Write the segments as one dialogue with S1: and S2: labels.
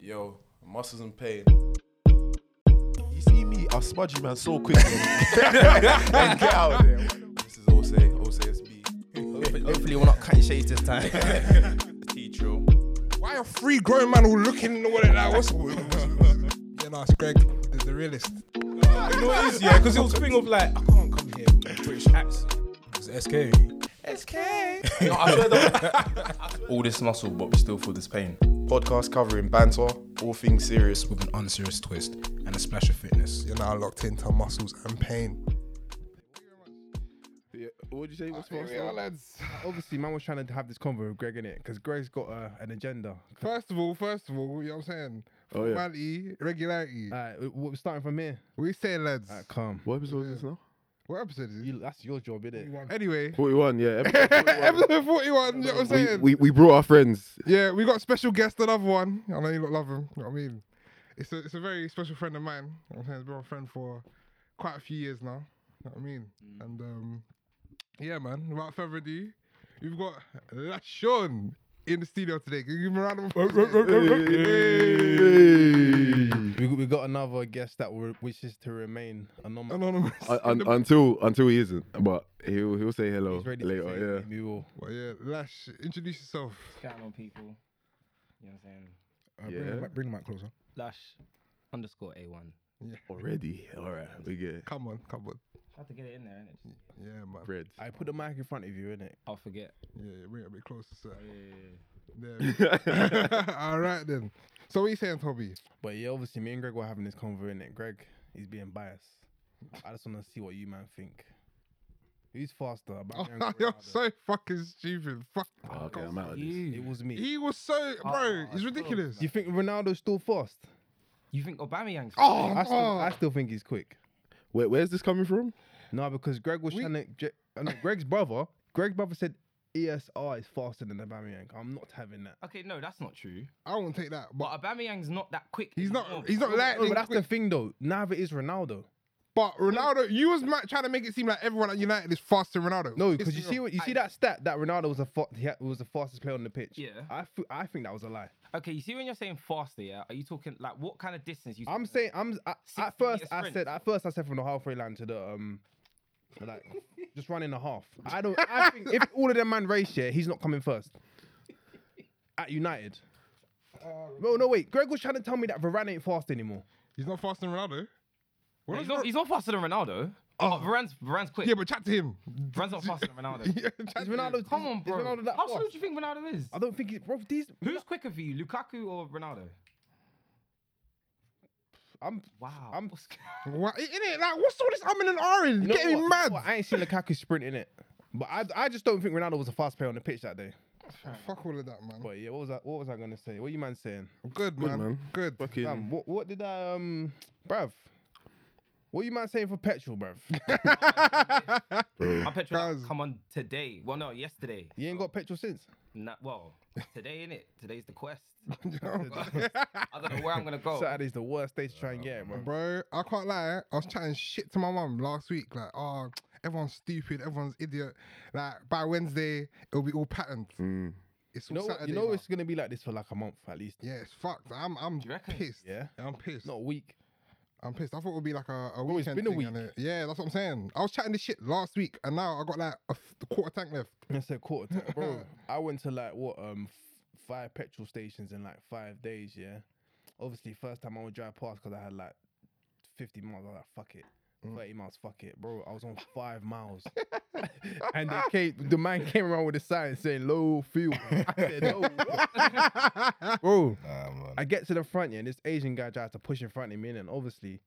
S1: Yo, muscles in pain.
S2: You see me, I'll smudge you, man, so quickly. and get out there.
S1: This is Ose, OSSB.
S3: Hopefully, hopefully we're not cutting shades this time.
S1: T-Trill.
S4: Why are three grown men all looking in the water like, what's Yeah, no, it's Greg, the, the realist.
S1: You know what it is, yeah? Because it was a thing of like, I can't come here with a British accent.
S4: It's SK.
S1: No, I swear that.
S3: All this muscle, but we still feel this pain.
S2: Podcast covering banter, all things serious.
S5: with an unserious twist and a splash of fitness.
S4: You're now locked into muscles and pain.
S6: Yeah, what did you say? What's
S7: Here we are, lads.
S6: Obviously, man was trying to have this convo with Greg in it because Greg's got uh, an agenda.
S4: First of all, first of all, you know what I'm saying?
S6: Oh, yeah.
S4: Formality, regularity.
S6: Alright, w- we're starting from here.
S4: we say, lads.
S6: Alright, calm.
S7: What episode is this now?
S4: What episode is it?
S6: You, that's your job, isn't it?
S4: Anyway,
S7: 41, yeah.
S4: episode
S7: episode 41.
S4: 41, you know what I'm
S7: we,
S4: saying?
S7: we, we brought our friends.
S4: yeah, we got special guest, another one. I know you lot love him, you know what I mean? It's a, it's a very special friend of mine. You know what I'm saying? He's been my friend for quite a few years now. You know what I mean? And um, yeah, man, without further ado, we've got Lashon in the studio today. Can you give him a round of applause?
S7: Hey.
S6: We, we got another guest that we wishes to remain anonymous.
S4: Anonymous.
S7: Un- un- until until he isn't, but he'll he'll say hello
S6: He's ready to say
S7: later.
S6: it, We will.
S4: Well, yeah, Lash, introduce yourself.
S8: Counting on people. You know what I'm
S4: Uh,
S8: saying?
S7: bring the Yeah. mic-
S4: bring the mic closer.
S8: Lash underscore A1.
S7: Yeah. Already, all right, we get it.
S4: Come on, come on.
S8: Had to get it in there, innit? Just-
S4: Yeah, man.
S7: bread.
S6: I put the mic in front of you, innit?
S8: I'll forget.
S4: Yeah, yeah, bring it a bit closer, sir.
S8: Yeah.
S4: There. All right then. So what you saying, Toby?
S6: But yeah, obviously, me and Greg were having this convo, innit? Greg, he's being biased. I just want to see what you, man, think. Who's faster?
S4: Oh,
S6: Aubameyang or
S4: you're
S6: Ronaldo?
S4: so fucking stupid. Fuck.
S7: okay, I'm out of this.
S8: You.
S6: It was me.
S4: Oh. He was so bro.
S8: Oh,
S4: It's
S8: I
S4: ridiculous.
S6: you think Ronaldo's still fast?
S8: You think Aubameyang's
S4: Oh,
S6: I still, I
S4: oh.
S6: still think he's quick.
S7: Where, where's this coming from?
S6: No, because Greg was
S4: We-
S6: trying to. Je- uh, no, Greg's brother. Greg's brother said ESR is faster than Aubameyang. I'm not having that.
S8: Okay, no, that's not true.
S4: I won't take that. But
S8: But Aubameyang's not that quick.
S4: he's
S8: in
S4: not.
S8: form.
S4: He's not
S6: No,
S4: lightning
S6: oh, but that's
S4: quick.
S6: the thing, though. Neither is Ronaldo.
S4: But Ronaldo, you was ma- trying to make it seem like everyone at United is faster than Ronaldo.
S6: No,
S4: Piss
S6: because
S4: me
S6: you see
S4: off.
S6: what you see
S8: I-
S6: that stat that Ronaldo was the fa- he had- was the fastest player on the pitch.
S8: Yeah.
S6: I fe- I think that was a lie.
S8: Okay, you see when you're saying faster, yeah? Are you talking like what kind of distance you
S6: I'm
S8: talking
S6: saying I'm I, at
S8: 60
S6: first
S8: meter
S6: I
S8: sprint.
S6: said at first I said from the halfway line to the um like just running a half. I don't. I think if all of them man race here, he's not coming first at United. No, no, wait. Greg was trying to tell me that Varane ain't fast anymore.
S4: he's not faster than Ronaldo.
S8: about?
S4: What
S8: He's
S4: is
S8: not,
S4: Ro-
S8: he's not faster than Ronaldo. Oh, Varane's, Varane's quick.
S4: yeah, but chat to him.
S8: Varane's not faster than Ronaldo.
S4: yeah, chat
S6: Is
S4: to him.
S6: Ronaldo?
S8: Come
S6: is-
S8: on,
S6: is
S8: bro.
S6: Ronaldo that
S8: How slow
S6: fast?
S8: do you think Ronaldo is?
S6: I don't think it, bro. These,
S8: Who's quicker for you, Lukaku or Ronaldo?
S6: I'm.
S8: Wow.
S6: I'm-
S4: Why- in it, like what's all this? I'm in an orange.
S6: You know
S4: Getting
S6: what?
S4: mad.
S6: Well, I ain't seen Lukaku sprinting it, but I, I just don't think Ronaldo was a fast player on the pitch that day.
S4: Fuck all of that, man.
S6: But yeah, what was I? What was I gonna say? What you man saying?
S4: Good, man.
S7: man.
S4: Good.
S7: Fucking
S6: Um, what, what did I um, bruv? What you man saying for petrol, bruv?
S8: My petrol
S4: Guys.
S8: like, come on today. Well, no, yesterday.
S6: You ain't got petrol since.
S8: Nah, well, today in it. Today's the quest. I don't know where I'm gonna go.
S6: Saturday's the worst day to try and get it, bro.
S4: Bro, I can't lie. I was chatting shit to my mum last week. Like, oh, everyone's stupid, everyone's idiot. Like, by Wednesday, it'll be all patterned.
S7: Mm.
S4: It's all
S6: You know, what-
S4: Saturday.
S6: you know
S4: now.
S6: it's gonna be like this for like a month at least.
S4: yeah, it's fucked. I'm, I'm
S8: you reckon?
S4: pissed.
S6: Yeah,
S4: I'm pissed.
S6: not a week.
S4: I'm pissed. I thought it would be like a, a
S6: Bro,
S4: weekend.
S6: it's been a
S4: thing, innit? Yeah, that's what I'm saying. I was chatting this shit last week, and now I got like a f- quarter tank left.
S6: I said quarter, to- bro. I went to like what um f- five petrol stations in like five days. Yeah, obviously first time I would drive past because I had like fifty miles. I was like, fuck it. 30 miles, fuck it, bro. I was on five miles. and they came, the man came around with a sign saying low fuel. I said, no. bro, I get to the front, yeah, and this Asian guy tries to push in front of me, and obviously,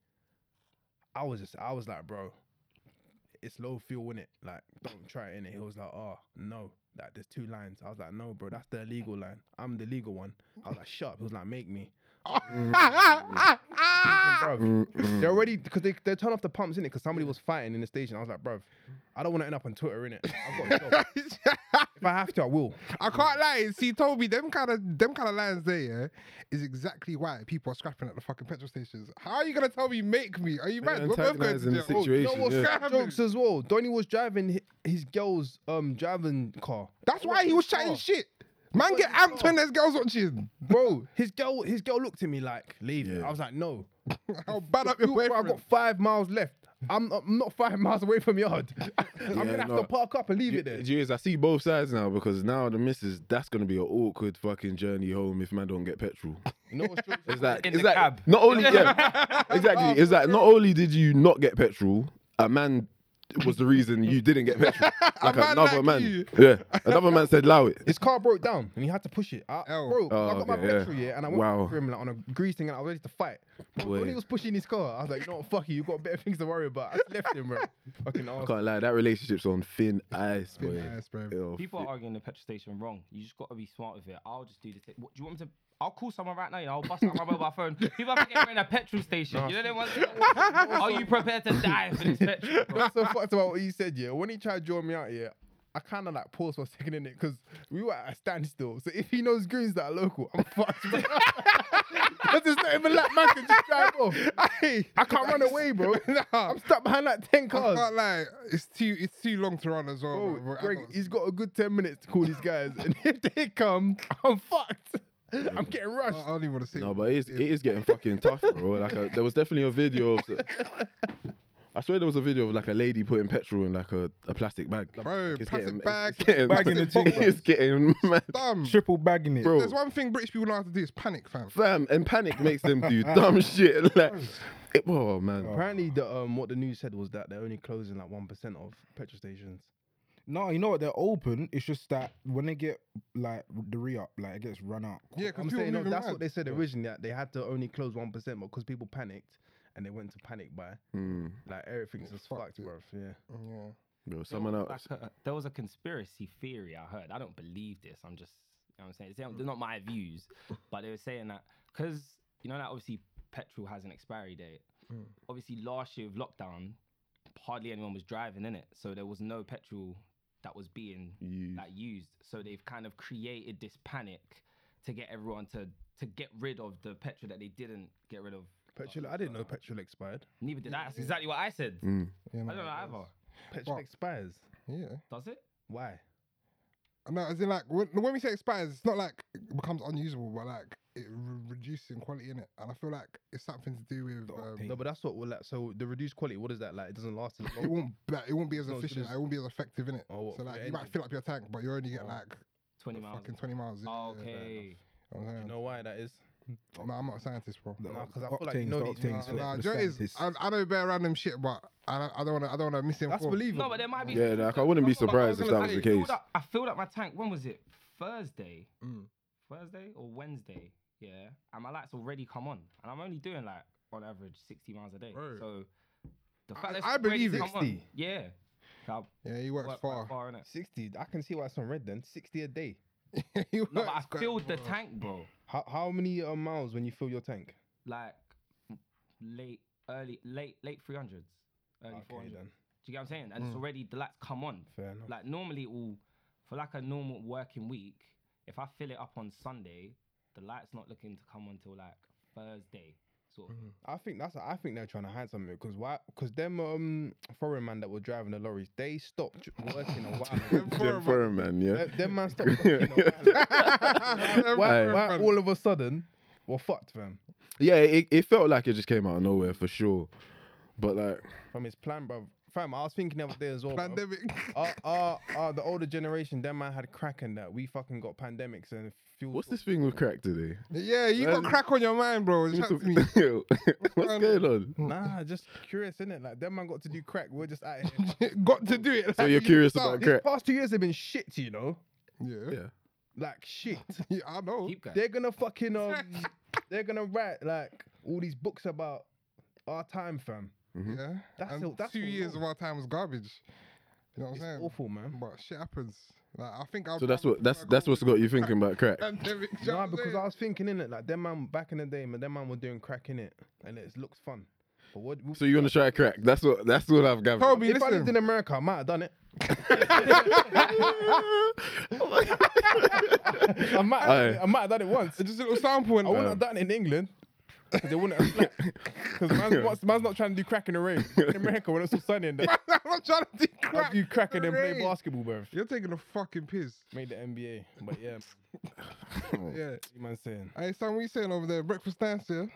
S6: I was just, I was like, bro, it's low fuel in it. Like, don't try it in it. He was like, oh no, like there's two lines. I was like, no, bro, that's the illegal line. I'm the legal one. I was like, shut up. He was like, make me. Bruv, they're already because they they turn off the pumps in it because somebody was fighting in the station. I was like, bro, I don't want to end up on Twitter in it. If I have to, I will.
S4: I can't lie. See, Toby, them kind of them kind of lines there yeah, is exactly why people are scrapping at the fucking petrol stations. How are you gonna tell me make me? Are you
S7: They're
S4: mad? We're both going to
S7: antagonising the
S4: jail. Oh,
S7: situation.
S6: No, what's
S7: yeah.
S4: Scrapping.
S6: jokes as well. Donny was driving hi- his girl's um driving car.
S4: That's why he was chatting
S6: Oh.
S4: shit. Man, get amped when there's girls watching.
S6: Bro, his girl, his girl looked at me like, leave. it. I was like, no.
S4: I'll bad up your
S6: Look, bro, I've got
S4: boyfriend.
S6: five miles left. I'm, I'm not five miles away from yard. I'm gonna have
S7: no.
S6: to park up and leave it there.
S7: Jeez, I see both sides now because now the missus, that's gonna be an awkward fucking journey home if man don't get petrol.
S6: You know what's true?
S7: It's like,
S8: In
S7: it's
S8: the
S7: like
S8: cab.
S7: not only yeah, exactly. It's like not only did you not get petrol, a man was the reason you didn't get petrol. Like
S4: man
S7: another
S4: like
S7: man,
S4: you.
S7: yeah, another man said, "Allow it."
S6: His car broke down and he had to push it. I,
S4: Oh.
S6: Bro, I got my
S7: okay, yeah.
S6: petrol, yeah, and I went
S7: Wow.
S6: for him like, on a grease thing and I was ready to fight. But when he
S7: Wait.
S6: was pushing his car, I was like, no, fuck you, you got better things to worry about. I just left him, bro. Fucking
S7: I
S6: ass.
S7: can't lie, that relationship's on thin ice, boy.
S4: ice, bro.
S7: Yo,
S8: People are arguing the petrol station wrong. You just got to be smart with it. I'll just do the thing. What, do you want me to? I'll call someone right now. You know, I'll bust out my mobile phone. People are getting in a petrol station. You know what I mean? Are you prepared to die for this petrol? Bro?
S6: That's so fucked about what you said, yeah. When he tried to draw me out, yeah, I kind of like paused for a second in it because we were at a standstill. So if he knows greens that are local, I'm fucked. bro. 'Cause it's not even like man can just drive off. I can't run away, bro. I'm stuck behind like ten
S4: I
S6: cars.
S4: can't lie, it's too it's too long to run as well.
S5: Oh,
S6: Bro,
S4: bro. I
S6: Greg,
S4: got-
S6: he's got a good 10 minutes to call these guys. and if they come, I'm fucked. I'm getting rushed.
S4: I don't even want to see.
S7: No, but it is, it is getting fucking tough, bro. Like, uh there was definitely a video of. I swear there was a video of like a lady putting petrol in like a, a plastic bag.
S4: Bro,
S7: It's
S4: plastic
S7: getting-
S4: bag,
S7: It's getting,
S4: bag in the thing, bro.
S7: It's getting mad,
S4: dumb.
S5: Triple bagging it.
S7: bro.
S4: There's one thing British people know how to do is panic, fam.
S7: fam, and panic makes them do dumb shit. Like, it, oh man,
S6: Apparently, the, um, what the news said was that they're only closing like 1% of petrol stations.
S5: No, you know what? They're open. It's just that when they get like the re up, like it gets run out.
S4: Yeah, because
S6: I'm
S4: people
S6: saying no,
S4: moving
S6: that's
S4: mad.
S6: what they said originally that they had to only close 1% because people panicked and they went to panic by. Like, everything's just fucked, bruv. Yeah.
S4: Yeah.
S7: bro, someone
S8: Like,
S7: else.
S8: uh, there was a conspiracy theory I heard. I don't believe this. I'm just, you know what I'm saying? It's- They're not my views, but they were saying that because, you know, that obviously petrol has an expiry date.
S4: Hmm.
S8: Obviously, last year of lockdown, hardly anyone was driving in it. So there was no petrol that was being
S7: Used.
S8: Like, used. So they've kind of created this panic to get everyone to, to get rid of the petrol that they didn't get rid of.
S6: Petrol, I didn't know petrol expired.
S8: Neither did I. That's exactly what I said.
S4: Mm. Yeah,
S8: I don't know either.
S6: Petrol
S4: What?
S6: expires.
S4: Yeah.
S8: Does it?
S6: Why?
S4: No, as in like when, when we say expires, it's not like it becomes unusable, but like it re- reduces in quality in it. And I feel like it's something to do with um,
S6: No, but that's what we're like. So, the reduced quality, what is that like? It doesn't last as
S4: it
S6: long.
S4: won't like, it won't be as
S6: No, so
S4: efficient.
S6: there's-
S4: It won't be as effective in it.
S6: Oh, what,
S4: so
S6: for Oh.
S4: like
S6: the
S4: you might
S6: engine?
S4: fill up your tank, but you only get like
S8: 20 miles. Oh,
S4: fucking twenty miles. Yeah, yeah, yeah.
S8: Okay.
S4: You know what I'm
S6: you
S4: saying?
S6: know why that is?
S4: No, I'm not a scientist, bro.
S5: The
S6: Nah,
S5: oct-
S6: 'cause I feel like you know
S5: the
S6: these
S5: octanes
S6: things,
S5: for
S6: innit?
S5: the
S4: Nah, do you know what it is?
S5: scientists.
S4: I, I know bare random shit, but I don't, I don't want to I don't want to misinform.
S6: That's believable.
S8: No, but there might be.
S7: Yeah, like, I wouldn't be
S8: No, but I was
S7: surprised if
S8: gonna
S7: that
S8: say,
S7: was the
S8: I filled
S7: case.
S8: up- I filled up my tank. When was it? Thursday.
S4: Mm.
S8: Thursday or Wednesday? Yeah. And my lights already come on, and I'm only doing like on average 60 miles a day. So the fact
S4: I-
S8: that it's
S4: I
S8: already
S4: believe it.
S8: come on-
S6: 60.
S8: Yeah. I've
S4: Yeah, he works
S8: worked
S4: far.
S8: quite far in it.
S6: 60. I can see why it's on red then. 60 a day.
S4: He
S8: No, but
S4: works
S8: I
S4: quite
S8: filled the
S4: far.
S8: tank, bro.
S6: How, how many uh, miles when you fill your tank?
S8: Like late, early, late, late 300s, early 400s.
S6: then.
S8: Do you get what I'm saying? And
S4: Mm.
S8: it's already the lights come on.
S6: Fair enough.
S8: Like normally it will for like a normal working week, if I fill it up on Sunday, the light's not looking to come on till like Thursday. Sort of.
S6: I think that's I think they're trying to hide something because why? Because them um foreign man that were driving the lorries they stopped working a while. ago.
S7: Them firm man, yeah.
S6: Them- them man stopped. Working a while. ago. why,
S7: Aye.
S6: why all of a sudden? Well, fucked fam.
S7: Yeah, it, it felt like it just came out of nowhere for sure. But like,
S6: From his plan, bro. Fam, I was thinking the other day as well. bruv.
S4: pandemic.
S6: Uh, uh, uh, the older generation, them man had crack and that. We fucking got pandemics and fuel.
S7: what's this thing with crack today?
S4: yeah, you got
S7: Man.
S4: crack on your mind, bro. Chat to me.
S7: Yo, What's going on?
S6: Nah, just curious, innit? Like, them man got to do crack. We're just out here.
S4: got to do it.
S7: So
S4: like,
S7: you're
S4: you
S7: curious
S4: start-
S7: about
S6: These
S7: crack?
S6: past two years have been shit, you know?
S4: Yeah.
S7: Yeah.
S6: Like, shit.
S4: yeah, I know.
S8: Keep going.
S6: They're gonna fucking, um, they're gonna write, like, all these books about our time, fam.
S4: Yeah,
S6: Mm-hmm. That's
S4: and
S6: all- that's
S4: two
S6: all
S4: years
S6: wrong.
S4: of our time was garbage. You know what
S6: It's
S4: I'm saying?
S6: awful, man.
S4: But shit happens. Like I think I'll
S7: So that's what that's that's what's got you thinking about crack.
S4: pandemic. you know
S6: Nah,
S4: what I'm
S6: because
S4: saying?
S6: I was thinking, innit? Like, them man back in the day, man, them man were doing crack, innit? And it looks fun. But what.
S7: So you want to try crack? That's what that's what I've gathered.
S4: Toby,
S6: if I lived
S4: listen.
S6: in America, I might have done it. I might, have,
S7: Aye.
S6: I might have done it once.
S4: Just a little sample and
S6: I wouldn't have done it in England. because they wouldn't have slept. Because man's, what's- man's not trying to do crack in the rain. In America, when it's so sunny and they
S4: I'm not trying to do crap.
S6: you crack and then play
S4: Rain.
S6: basketball, bro.
S4: You're taking a fucking piss.
S6: Made the NBA, but yeah,
S4: Yeah.
S6: you man saying.
S4: Hey, son, what you saying over there? Breakfast dance, yeah?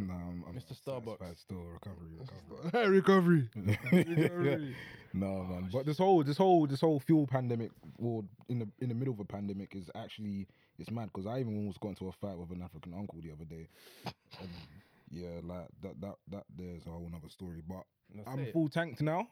S5: No, I'm, I'm
S6: Mr. Starbucks.
S5: satisfied Still recovery, recovery.
S4: recovery.
S6: Mm.
S5: no
S6: Oh,
S5: man, but this whole this whole this whole fuel pandemic, or in the in the middle of a pandemic, is actually it's mad because I even almost got into a fight with an African uncle the other day. And, yeah, like that that that there's a whole other story. But
S6: That's
S5: I'm
S6: it.
S5: full tanked now.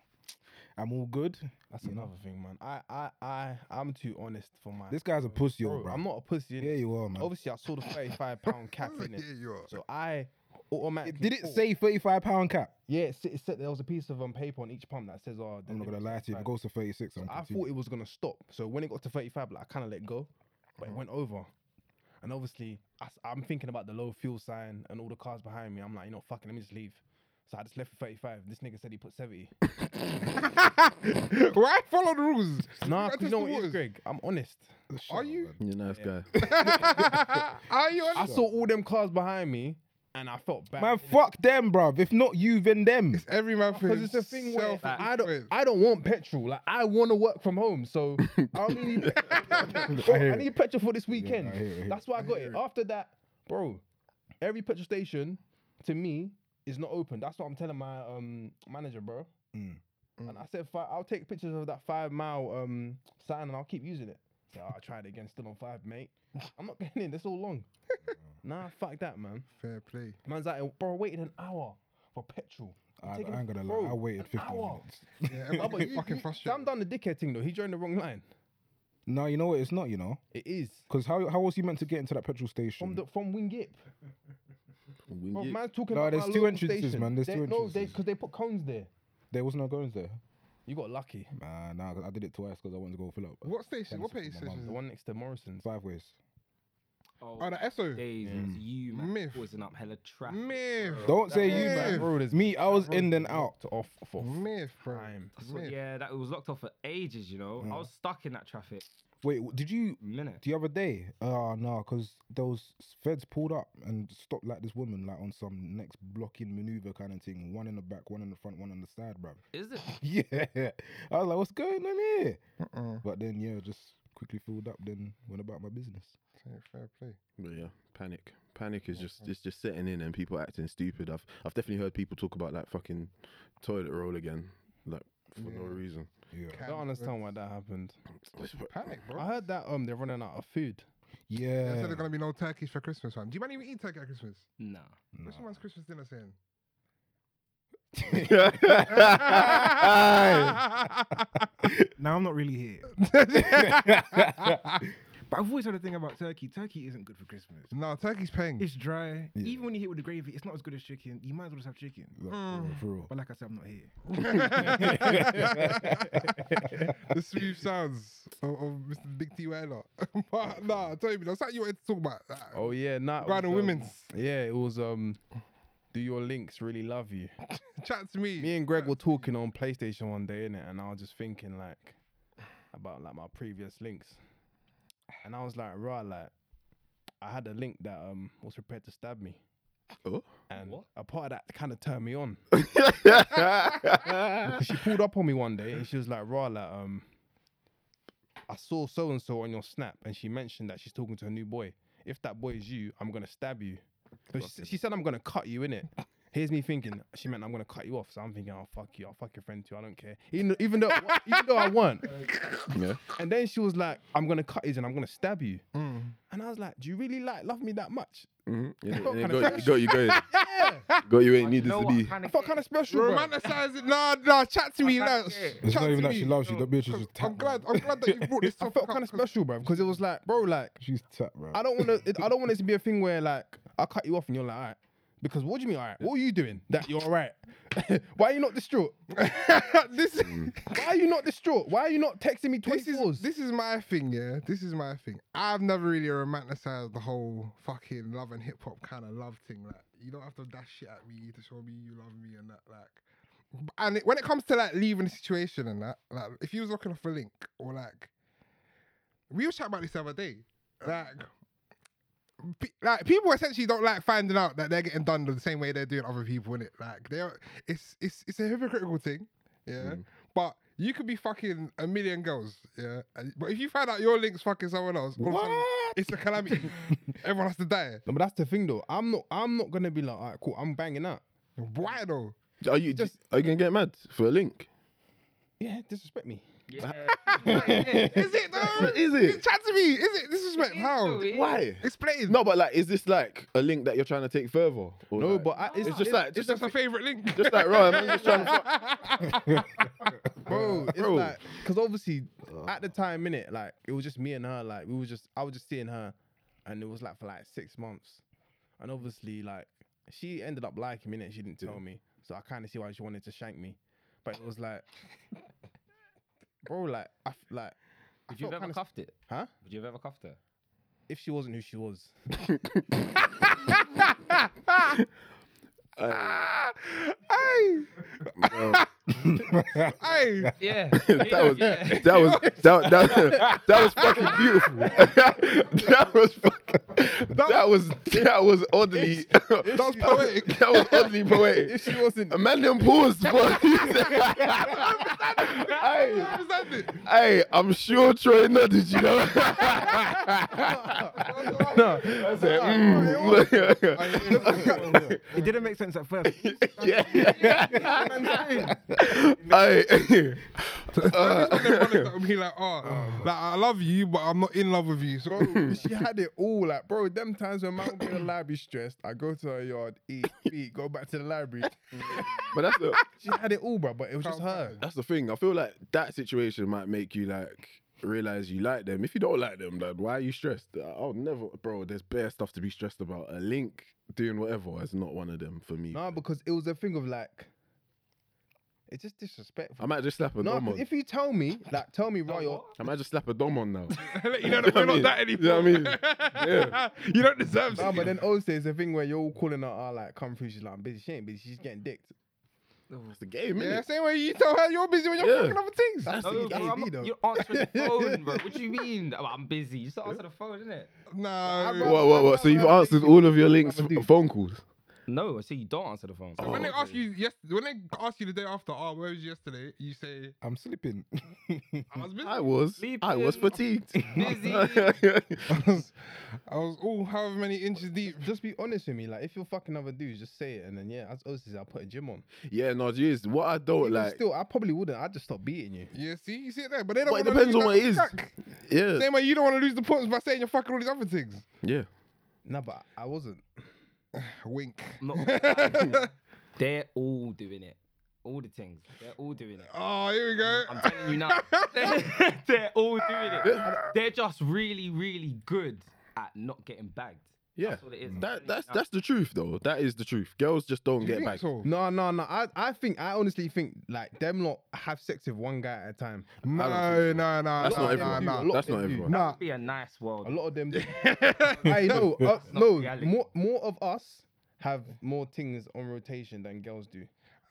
S5: I'm all good.
S6: That's
S5: you know?
S6: another thing, man. I, I, I, I'm too honest for my.
S5: This guy's a pussy, bro.
S6: I'm not a pussy.
S5: Yeah,
S6: innit?
S5: you are, man.
S6: Obviously, I saw the 35 pound cap in it,
S4: Yeah, you are.
S6: so I automatically.
S5: Did it
S6: thought-
S5: say 35 pound cap?
S6: Yeah, it said, it said there was a piece of um, paper on each pump that says, "Oh,
S5: I'm not gonna lie to you. If it goes to 36, I'm
S6: I
S5: confused.
S6: thought it was gonna stop. So when it got to 35, like I kind of let go, but it
S5: Mm-hmm.
S6: went over. And obviously, I, am thinking about the low fuel sign and all the cars behind me. I'm like, you know, fucking, let me just leave. So I just left for 35. This nigga said he put 70.
S4: Why follow the rules?
S6: nah,
S4: gotta
S6: 'cause you
S4: test the
S6: know what it
S4: waters.
S6: is, Greg? I'm honest.
S4: Are you?
S7: You're a nice guy.
S4: Are you?
S6: I saw all them cars behind me, and I felt bad.
S5: Man, fuck them, bruv. If not you, then them.
S4: Every man for
S6: Because it's a thing where
S4: himself.
S6: I don't,
S4: Wait.
S6: I don't want petrol. Like I want to work from home, so I only need, bro, I need petrol for this weekend.
S5: I hear it, I hear it.
S6: That's why I got it. After that, bro, every petrol station to me is not open. That's what I'm telling my um manager, bro.
S5: Mm.
S6: And I said, "Fi- I'll take pictures of that five mile um sign and I'll keep using it. So I tried it again, still on five, mate. I'm not getting in. That's all long. nah, fuck that, man.
S4: Fair play.
S6: Man's like, bro, I waited an hour for petrol. I'm
S5: I,
S6: taking-
S5: I ain't gonna
S6: bro,
S5: lie. I waited
S6: an
S5: 15
S6: hour.
S5: minutes.
S4: Yeah,
S6: Oh, but
S4: everybody
S6: you-
S4: fucking
S6: you-
S4: frustrated.
S6: I'm down the dickhead thing though. He joined the wrong line.
S5: No, you know what? It's not. You know,
S6: It is
S5: because how how was he meant to get into that petrol station?
S6: from the from Wingip.
S4: Oh,
S6: Bro,
S7: Wingate.
S6: man's talking
S5: No,
S6: about
S5: there's
S6: my
S5: two
S6: local
S5: entrances,
S6: station.
S5: man, there's
S6: They-
S5: two
S6: No,
S5: entrances.
S6: because they put cones there.
S5: there was no goings there.
S6: You got lucky.
S5: Man, nah, 'cause I did it twice because I wanted to go fill up.
S4: What station? What
S5: Thanks
S4: pay
S5: for my
S4: station?
S6: The
S4: is it?
S6: one next to Morrison's.
S5: Five ways.
S8: Oh,
S4: Oh, the ESO.
S8: days, it's you, man,
S4: Myth.
S8: causing up hella traffic.
S4: Myth.
S5: Don't say you,
S4: Yeah.
S5: man. Me, I was in then out.
S6: To off for
S4: Myth, bro.
S6: time.
S8: That's what-
S4: Myth.
S8: yeah, that was locked off for ages, you know. I was stuck in that traffic.
S5: Wait, w- did you
S8: Minute.
S5: the other day? Oh no, because those feds pulled up and stopped like this woman like on some next blocking maneuver kind of thing. One in the back, one in the front, one on the side, bruv.
S8: Is it?
S5: yeah, I was like, what's going on here?
S4: Uh-uh.
S5: But then yeah, just quickly filled up, then went about my business.
S4: Fair- Fair play.
S7: But yeah, panic. Panic is just it's just setting in and people acting stupid. I've I've definitely heard people talk about like fucking toilet roll again, like for no reason.
S5: Yeah,
S6: I don't understand why that happened.
S4: Panic, bro.
S6: I heard that um they're running out of food.
S5: yeah.
S4: They said there's gonna be no turkeys for Christmas, man. Do you man even eat turkey at Christmas?
S8: Nah.
S4: Which one's Christmas dinner saying?
S5: Now I'm not really here. but I've always had a thing about turkey. Turkey isn't good for Christmas.
S4: no, turkey's paying.
S9: It's dry.
S5: Yeah.
S9: Even when you hit with the gravy, it's not as good as chicken. You might as well just have chicken.
S5: For real.
S9: But like I said, I'm not here.
S4: the smooth sounds of, of Mr. Big T Wailer. but nah, tell me, that's something you wanted to talk about. Nah.
S6: Oh yeah, nah. it
S4: Grand and
S6: was, um,
S4: women's.
S6: Yeah, it was um. Do your links really love you?
S4: Chat to me.
S6: me and Greg were talking on PlayStation one day, innit? And I was just thinking like about like my previous links. And I was like, right, like I had a link that um was prepared to stab me.
S7: Oh.
S6: And a part of that kind of turned me on. 'Cause she pulled up on me one day and she was like, "Rah, like, um, I saw so and so on your snap, and she mentioned that she's talking to a new boy. If that boy is you, I'm gonna stab you." But she, she said, "I'm gonna cut you in it." Here's me thinking she meant I'm gonna cut you off. So I'm thinking, "I'll fuck you. I'll fuck your friend too. I don't care." Even though- even though even though I won't.
S7: Yeah.
S6: And then she was like, "I'm gonna cut his and I'm gonna stab you."
S4: Mm.
S6: And I was like, "Do you really like love me that much?
S7: Mhm. Yeah,
S6: What
S7: yeah,
S6: kind of
S7: got, got you going. Got you ain't need this
S8: know
S7: to
S8: what
S7: be.
S8: kind of
S6: I felt kind of special, bro."
S4: Romanticize it. Nah, nah, chat to me. Nah.
S5: It's
S4: Chat
S5: not even
S4: to
S5: that she
S4: me.
S5: loves you. The bitch is just tapped.
S4: I'm glad. I'm glad that you brought this
S6: I
S4: topic
S6: felt
S4: up
S6: kind of
S4: 'cause
S6: special, bro, because it was like, bro, like
S5: She's tapped, bro.
S6: I don't want to. I don't want it to be a thing where like I cut you off and you're like, all right. Because what do you mean, all right? What are you doing that you're all right? Why are you not distraught?
S4: this,
S6: Why are you not distraught? Why are you not texting me
S4: Mm. this
S6: 24s?
S4: is this is my thing, yeah. This is my thing. I've never really romanticized the whole fucking love and hip hop kind of love thing. Like, you don't have to dash shit at me to show me you love me and that. Like, and it, when it comes to like leaving a situation and that, like, if you was looking off a link or like, we were chatting about this the other day. Like, pe- like people essentially don't like finding out that they're getting done the same way they're doing other people in it. Like they are, it's it's it's a hypocritical thing, yeah. But you could be fucking a million girls, yeah. and- but if you find out your link's fucking someone else, all of a sudden, it's a calamity. Everyone has to die.
S6: No, but that's the thing though. I'm not. I'm not gonna be like, alright, cool. I'm banging out.
S4: Why though?
S7: Are you just? Are you gonna get mad for a link?
S6: Yeah, disrespect me.
S4: Is it though?
S7: Is it?
S4: Chat to me. Is it disrespect? How?
S7: Why?
S4: Explain.
S7: No, but like, is this like a link that you're trying to take further? Or
S6: No,
S7: like-
S6: but I, it's,
S7: it's just like
S4: it's
S7: just,
S4: just a favorite link.
S7: just like right. I'm just trying to. Fuck.
S6: bro. It's
S7: Bro.
S6: like because obviously at the time, innit, like it was just me and her. Like we was just, I was just seeing her, and it was like for like six months, and obviously like she ended up liking me, and she didn't tell me, so I kind of see why she wanted to shank me, but it was like, bro, like I f- like. I
S8: Would you
S6: felt
S8: have ever
S6: kinda-
S8: cuffed it?
S6: Huh?
S8: Would you have ever cuffed her?
S6: If she wasn't who she was,
S4: Aye. Aye.
S8: Yeah.
S7: that was that was that, that, that was fucking beautiful. that was fucking, that was that was oddly that was poetic. that was oddly poetic. If she wasn't, a man then paused. But I,
S4: Understand it?
S7: I, I'm sure Troy nodded. You know. no, I said, mm.
S9: It didn't make sense at first.
S7: yeah. I, uh,
S4: I'm here like, oh, like, I love you, but I'm not in love with you. So
S6: bro, she had it all. Like, bro, them times when man would go to the library stressed, I go to her yard, eat, eat, go back to the library.
S7: but that's the
S6: She had it all, bro, but it was just her.
S7: That's the thing. I feel like that situation might make you like realize you like them. If you don't like them, then why are you stressed? Uh, I'll never, bro. There's bare stuff to be stressed about. A link doing whatever is not one of them for me.
S6: No, because it was a thing of like, it's just disrespectful.
S7: I might just slap a
S6: no,
S7: dom
S6: 'cause
S7: on.
S6: if you tell me, like, tell me right, you're
S7: I might just slap a dom on now.
S4: let you know that we're
S7: I mean,
S4: not that
S7: you
S4: anymore.
S7: know what I mean? Yeah.
S4: you don't deserve
S6: Nah,
S4: it.
S6: but then also it's a thing where you're all calling her, ah, like, come through. She's like, I'm busy. She ain't busy. She's getting dicked.
S7: That's the game,
S4: Yeah,
S7: innit?
S4: same way you tell her you're busy when you're
S7: Yeah.
S4: fucking other things.
S6: That's
S8: No,
S6: the
S8: bro, I'm
S6: KB
S8: not-
S6: though.
S8: you're answering the phone, bro. What do you mean? Oh, I'm busy. You start answer the phone, innit?
S4: No.
S7: What, what, what? So you've answered all of your links
S6: I'ma do.
S7: phone calls.
S8: No, I say you don't answer the phone.
S4: When
S7: Oh,
S4: they ask you yes, when they ask you the day after, oh, where was you yesterday? You say
S5: I'm sleeping.
S4: I was busy.
S7: I was, I was fatigued.
S8: Busy.
S4: I was all however many inches deep.
S6: Just be honest with me. Like, if you're fucking other dudes, just say it. And then, yeah, as obviously, I'll put a gym on.
S7: yeah, no, geez. What I don't
S6: Even
S7: like.
S6: still, I probably wouldn't. I'd just stop beating you.
S4: Yeah, see, you see it there, but they don't.
S7: but it
S4: wanna
S7: depends
S4: lose
S7: on what it is.
S4: that crack.
S7: Yeah,
S4: Same way you don't want to lose the points by saying you're fucking all these other things.
S7: yeah.
S6: Nah, but I wasn't.
S4: Wink.
S8: Not- They're all doing it. All the things. They're all doing it.
S4: Oh, here we go.
S8: I'm telling you now. They're, they're all doing it. They're just really, really good at not getting bagged.
S7: Yeah,
S8: That's what it is. I'm telling
S7: That
S8: you
S7: that's
S8: now.
S7: that's the truth though. That is the truth. Girls just don't
S4: You
S7: get
S4: think
S7: back.
S4: so?
S6: No, no, no. I, I think, I honestly think, like, them lot have sex with one guy at a time.
S4: No, no, no,
S7: That's
S4: no, no,
S7: not everyone.
S4: no.
S6: Lot
S7: That's
S6: they
S7: not
S6: do.
S7: everyone.
S4: Nah,
S8: be a nice world.
S6: A lot of them. do. I know. Uh,
S8: not
S6: no,
S8: reality.
S6: more, more of us have more things on rotation than girls do.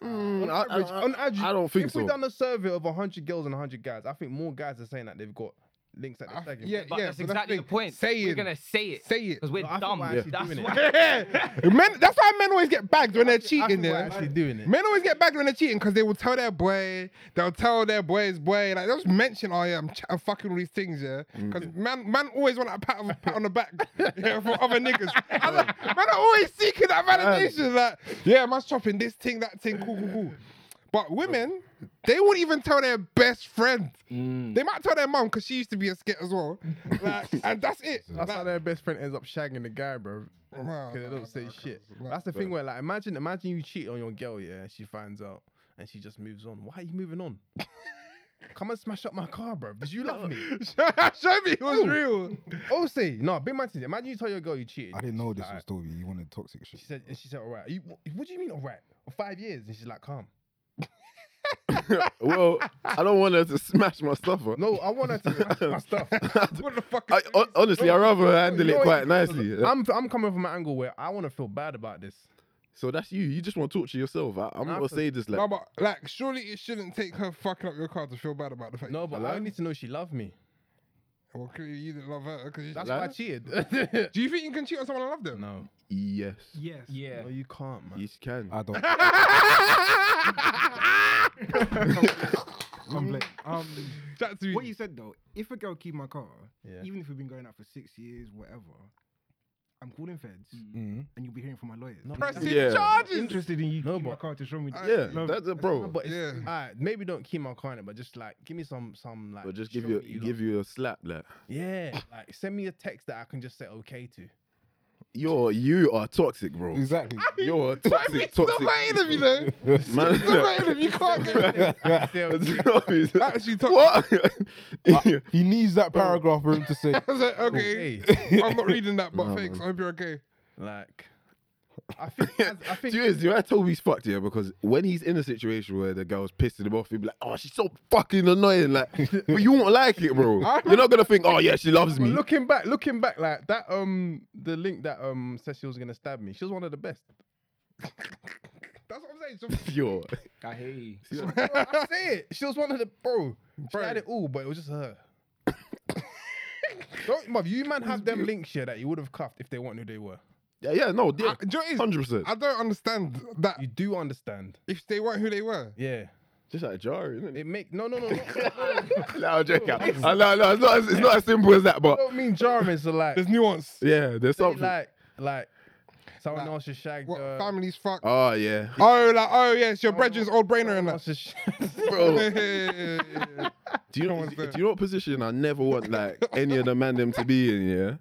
S7: Mm, I,
S6: average-
S7: I-
S6: on average,
S7: I don't think
S6: if
S7: so.
S6: we've done a survey of 100 girls and 100 guys, I think more guys are saying that they've got links at the
S4: I-
S6: second.
S4: yeah,
S8: but
S4: yeah.
S8: that's
S4: but
S8: exactly
S4: thing.
S8: the point.
S4: Say
S8: we're
S4: it.
S8: gonna say it.
S4: Say it.
S8: because we're
S6: No, I think
S8: dumb.
S6: we're
S8: That's
S6: actually doing it.
S8: why.
S4: men, that's why men always get bagged when they're
S6: I
S4: cheating.
S6: think we're
S4: Yeah.
S6: actually doing it.
S4: Men always get bagged when they're cheating because they will tell their boy, they'll tell their boy's boy, like they'll just mention, oh yeah, I'm, ch- I'm fucking all these things, yeah.
S7: Mm.
S4: Because man, man always want a pat, on- pat on the back yeah, from other niggas. And, like, man are always seeking that validation, like yeah, man's chopping this thing, that thing, cool, cool, cool. But women, they won't even tell their best friend.
S7: Mm.
S4: They might tell their mum because she used to be a skit as well, like, and that's it. Like,
S6: That's how their best friend ends up shagging the guy, bro.
S4: Nah,
S6: Because they
S4: nah,
S6: don't say shit.
S4: nah,
S6: That's the thing where, like, imagine, imagine you cheat on your girl, yeah, and she finds out, and she just moves on. Why are you moving on? Come and smash up my car, bro. Because you love me.
S4: Show me it was real.
S6: Oh, say no. Big man, to you. imagine you tell your girl you cheated.
S5: I didn't know this
S6: Like,
S5: was Toby. You wanted toxic shit.
S6: She said, and she said, all right. You, what do you mean, all right? Five years, and she's like, calm.
S7: well, I don't want her to smash my stuff. Huh?
S6: No, I want her to do my stuff.
S4: What the fuck?
S7: I, hon- honestly, I rather handle
S6: No,
S7: it
S6: it-
S7: quite nicely.
S6: I'm, I'm coming from an angle where I want to feel bad about this.
S7: so that's you. You just want to torture yourself. I, I'm not gonna say this like.
S4: No, but like, surely it shouldn't take her fucking up your car to feel bad about the fact.
S6: No, but I need to know she loved me.
S4: Well, clearly you didn't love her because
S6: That's
S7: Like-
S6: why I cheated.
S4: Do you think you can cheat on someone and love them?
S6: no.
S7: Yes.
S9: Yes.
S8: Yeah.
S6: No, you can't, man.
S7: Yes, you can.
S5: I don't.
S9: Um, um,
S4: That's me.
S9: what you said though, if a girl keep my car,
S6: Yeah.
S9: even if we've been going out for six years, whatever, I'm calling feds,
S6: Mm-hmm.
S9: and you'll be hearing from my lawyers. No,
S4: pressing
S7: Yeah.
S4: charges.
S9: interested in you
S6: No,
S9: keeping my
S6: but-
S9: car to show me.
S7: Yeah, that's a bro.
S6: But it's,
S4: Yeah.
S6: alright, maybe don't keep my car in it, but just like give me some some like.
S7: But just give
S6: show
S7: you
S6: me you
S7: give
S6: love-
S7: you a slap, like
S6: Yeah, like send me a text that I can just say okay to.
S7: you're you are toxic, bro.
S5: Exactly.
S7: You're
S4: Why
S7: a
S4: we
S7: toxic,
S4: stop
S7: toxic.
S4: my interview though?
S7: Man,
S4: Stop my interview. You can't get it. Actually, toxic.
S7: what?
S5: Uh, he needs that paragraph for him to say.
S4: I was like, okay, I'm not reading that, but thanks. I hope you're okay.
S6: Like, I think as- I think
S7: Do you, do you know, I told he's fucked here because when he's in a situation where the girl's pissing him off, he'd be like, "Oh, she's so fucking annoying." Like, but you won't like it, bro. You're not gonna think, "Oh yeah, she loves
S6: But
S4: Mm-hmm.
S7: me."
S6: looking back, looking back, like that um the link that um said she was gonna stab me. She was one of the best.
S4: That's what I'm saying. So,
S7: Yo,
S8: I hear you.
S6: I say it. She was one of the bro. She
S4: Bro.
S6: had it all, but it was just her. Don't, bruv, you man have them links here that you would have cuffed if they weren't who they were.
S7: yeah, yeah, no,
S4: I, do you know what it is?
S7: hundred percent.
S4: I don't understand that
S6: You do understand.
S4: if they weren't who they were.
S6: Yeah.
S7: Just like jar, isn't it?
S6: It make no no no. no.
S7: no, I'm joking.
S6: Oh,
S7: Uh, no, no, it's not, as- it's not as simple as that,
S6: I
S7: but
S6: don't mean jarring. So like,
S4: There's nuance.
S7: yeah, there's
S6: say
S7: something.
S6: like like someone
S4: Like,
S6: else has shagged.
S4: What
S6: her,
S4: families fuck?
S7: oh yeah,
S4: oh, like oh yeah, it's your
S6: someone
S4: brethren's
S6: else-
S4: old brainer and
S6: someone
S4: that.
S6: else has sh- Oh,
S7: bro.
S4: Yeah.
S7: Do you know?
S4: Someone's
S7: Do
S4: there.
S7: you know what position I never want like any of the man them to be in? Yeah,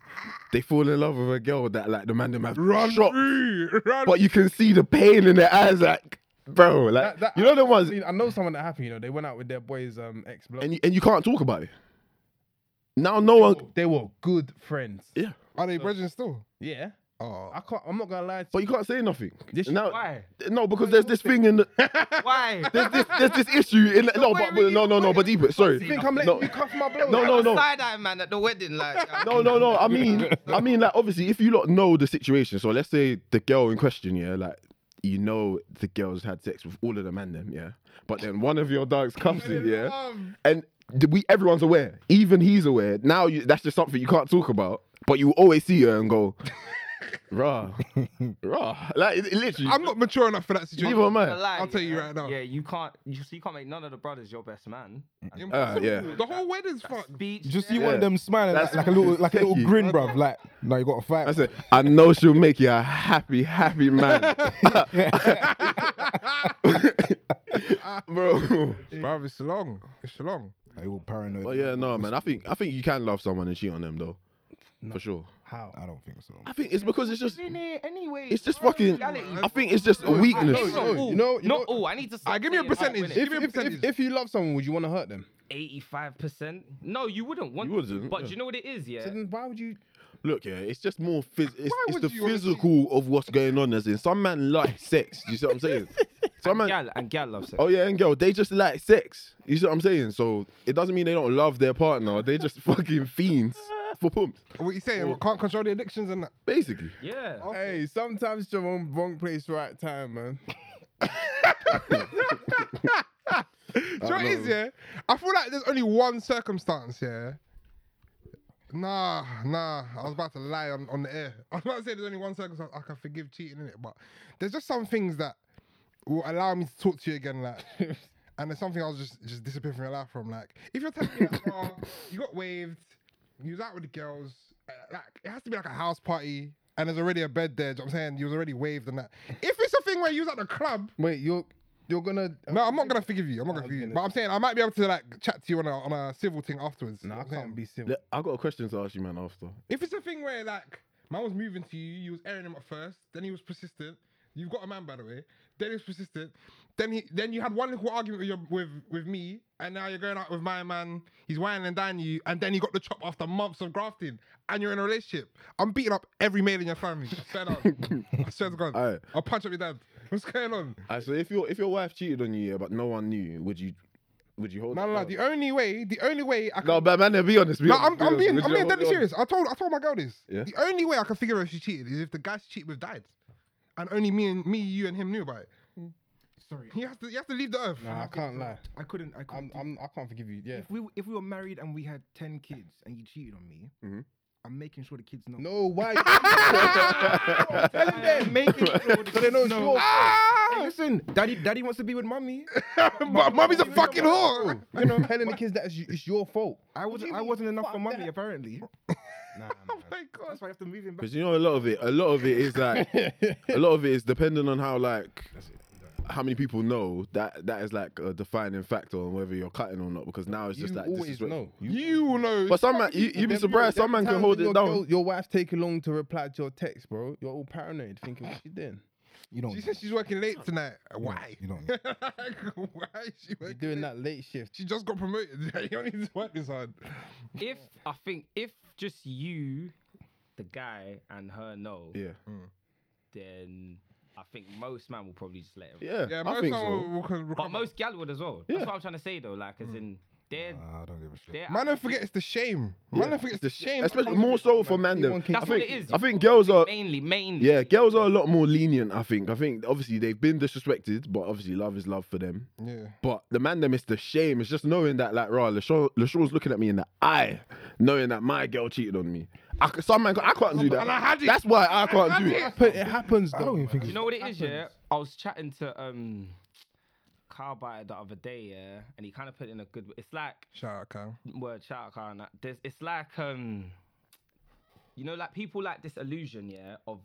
S7: they fall in love with a girl that like the man them have
S4: Run
S7: shot
S4: through, run.
S7: but you can see the pain in their eyes, like, bro, like,
S6: That- that-
S7: you know the ones,
S6: I, mean, I know someone that happened. You know, they went out with their boys um ex. bloke.
S7: and you, and you can't talk about it. Now no one,
S6: They were good friends.
S7: yeah,
S4: Are they brethren still?
S6: Yeah.
S4: Oh,
S6: I can't. I'm not gonna lie. To
S7: but you can't say nothing.
S6: This-
S7: now,
S8: Why?
S7: no, because there's this thing in, the,
S8: Why?
S7: there's this, there's this issue in, no,
S8: wait,
S7: but, but no, no, no, but deeper, sorry,
S6: you. think I'm letting
S7: no,
S6: you cuff my blow?
S7: no, no, no.
S8: Side eye man at the wedding, like.
S7: No, no, no. I mean, I mean, like, obviously, if you lot know the situation, so let's say the girl in question, yeah, like, you know, the girl's had sex with all of the men, them, yeah, but then one of your dogs comes in, yeah, and th- we everyone's aware, even he's aware. Now you, that's just something you can't talk about, but you always see her and go, rah, rah, like it, it literally.
S4: I'm not mature enough for that situation.
S7: even
S8: I'll
S7: man.
S8: lie,
S4: I'll tell you
S8: yeah.
S4: right now.
S8: Yeah, you can't. You so you can't make none of the brothers your best man.
S7: Uh, yeah.
S4: The whole wedding's fucked.
S8: Speech.
S5: Just see
S8: yeah.
S5: one of them smiling like,
S7: That's-
S5: like a little, like a little
S7: Thank you.
S5: grin, bruv. Like, no, you got to fight.
S7: I said, I know she'll make you a happy, happy man. Bro.
S4: Bruv, it's long. It's long.
S5: Like, you're paranoid.
S7: But yeah, no, man. I think I think you can love someone and cheat on them though, for sure.
S5: I don't think so.
S7: I think it's because it's just
S8: In it anyway.
S7: it's just
S8: bro,
S7: fucking.
S8: reality.
S7: I think it's just a weakness.
S8: Not
S6: no, you
S8: all.
S6: know- you
S8: not
S6: know-
S8: all. oh, I need to.
S4: Ah,
S8: start
S4: give me a
S8: saying, like,
S4: percentage.
S8: when
S4: Give
S8: it's
S6: If,
S4: me a
S6: if, if,
S4: percentage.
S6: if you love someone, would you want to hurt them?
S8: Eighty-five percent. No, you wouldn't want.
S7: You
S8: to,
S7: wouldn't,
S8: But
S7: yeah.
S8: you know what it is, yeah.
S6: So then why would you?
S7: Look, yeah, it's just more. Phys- it's it's
S4: would
S7: the
S4: you wanna cheat?
S7: physical of what's going on. As in, some man like sex. You see what I'm saying? Some man.
S8: Gal and gal loves it.
S7: Oh yeah, and girl, they just like sex. You see what I'm saying? So it doesn't mean they don't love their partner. They just fucking fiends for pumps,
S4: What you saying? We can't control the addictions and that.
S7: basically.
S8: Yeah.
S6: Hey, sometimes you're wrong, wrong place, right time, man.
S4: Do you know what it is, yeah? I feel like there's only one circumstance, yeah? Nah, nah. I was about to lie on, on the air. I was about to say there's only one circumstance I can forgive cheating in it, but there's just some things that will allow me to talk to you again, like. and there's something I'll just just disappear from your life from. Like, if you're telling me, like, oh, you got waved, you was out with the girls, uh, like, it has to be like a house party. And there's already a bed there, do you know what I'm saying? You was already waved and that. If it's a thing where you was at the club,
S6: Wait, you're you're gonna
S4: no, I'm not gonna forgive you. I'm not gonna forgive you. But I'm saying I might be able to like chat to you on a on a civil thing afterwards. You
S6: Nah,
S4: know
S6: I
S4: what I'm
S6: can't
S4: saying?
S6: be civil.
S7: Yeah, I got a question to ask you, man. After
S4: If it's a thing where like man was moving to you, you was airing him at first, then he was persistent. You've got a man by the way. Then he was persistent. Then he then you had one little argument with your, with with me, and now you're going out with my man. He's whining and dining you, and then he got the chop after months of grafting, and you're in a relationship. I'm beating up every male in your family. I swear down. I swear to God.
S7: Aight.
S4: I'll punch up your dad. What's going on?
S7: Alright, so if your if your wife cheated on you, yeah, but no one knew, would you would you hold?
S4: No,
S7: that
S4: no, no.
S7: down?
S4: The only way, the only way I can
S7: no, but man, no, be honest. Be
S4: No,
S7: honest,
S4: I'm,
S7: be
S4: I'm being,
S7: honest. Would
S4: I'm
S7: you
S4: being
S7: hold
S4: deadly
S7: that
S4: serious. I told, I told my girl this.
S7: Yeah.
S4: The only way I can figure out if she cheated is if the guy she cheated with died, and only me and me, you and him knew about it.
S9: Sorry,
S4: You have to, you have to leave the earth.
S6: Mm. Nah, I can't lie.
S9: I couldn't. I couldn't.
S6: I'm,
S9: do
S6: I'm, I can't forgive you. Yeah.
S9: If we if we were married and we had ten kids and you cheated on me,
S7: Mhm.
S9: I'm making sure the kids know.
S6: No, why? I'm telling
S9: I'm
S6: them.
S9: making sure the
S6: So they
S9: kids know.
S6: know it's your fault.
S9: Hey, listen, daddy, daddy wants to be with mummy.
S4: but mommy's a fucking whore.
S6: You know, telling the kids that it's, it's your fault.
S9: I was
S6: you
S9: I
S6: mean,
S9: wasn't enough for
S6: fuck
S9: mummy
S6: that? Oh
S9: apparently.
S5: Nah,
S4: My God.
S9: That's why I have to move him back.
S7: Because you know a lot of it, a lot of it is like, a lot of it is depending on how like, how many people know that that is like a defining factor on whether you're cutting or not. Because now it's just
S6: you
S7: like
S6: always
S7: disrespectful.
S6: know. You-
S4: You will know.
S7: But some man, you, you'd be
S6: Them-
S7: surprised.
S6: them
S7: Some man can
S6: times
S7: hold
S6: when
S7: it
S6: your
S7: down.
S6: girl- your wife's taking long to reply to your text, bro. You're all paranoid, thinking what she doing.
S5: you don't.
S4: She said she's working late tonight. Why?
S5: You don't.
S4: Why is she
S6: You're
S4: working
S6: doing
S4: late?
S6: that late shift.
S4: She just got promoted. you don't need to work this hard.
S8: if I think if just you, the guy, and her know,
S7: Yeah,
S8: then I think most man will probably just let him.
S7: yeah,
S4: Yeah,
S7: I
S4: most
S7: think
S4: man
S7: so.
S4: will, will con-
S8: But
S4: recover.
S8: most gal would as well. That's what I'm trying to say though. Like, as in, they're
S5: Nah, I don't give a shit.
S8: they're
S4: Man, don't forget it's the shame. Man, don't forget it's the shame.
S7: Especially more so for man. Them.
S6: Anyone can-
S7: I
S8: That's what
S7: think,
S8: it is.
S7: I think girls are.
S8: mainly mainly.
S7: Yeah, girls are a lot more lenient. I think. I think obviously they've been disrespected, but obviously love is love for them.
S4: Yeah.
S7: But the man them it's the shame. It's just knowing that like rah, Lashaw, Lashaw's looking at me in the eye, knowing that my girl cheated on me. I, c- some man, I can't do that.
S4: And I had it.
S7: That's why I can't do
S4: had
S7: it.
S6: But it happens
S5: I
S6: though.
S5: don't even think
S8: You
S5: it's
S8: know what it is, yeah? I was chatting to um Carbiter the other day, yeah, and he kind of put it in a good. It's like
S4: Shout out, Cam.
S8: word shout out, Khan, like, There's it's like um, you know, like people like this illusion, yeah, of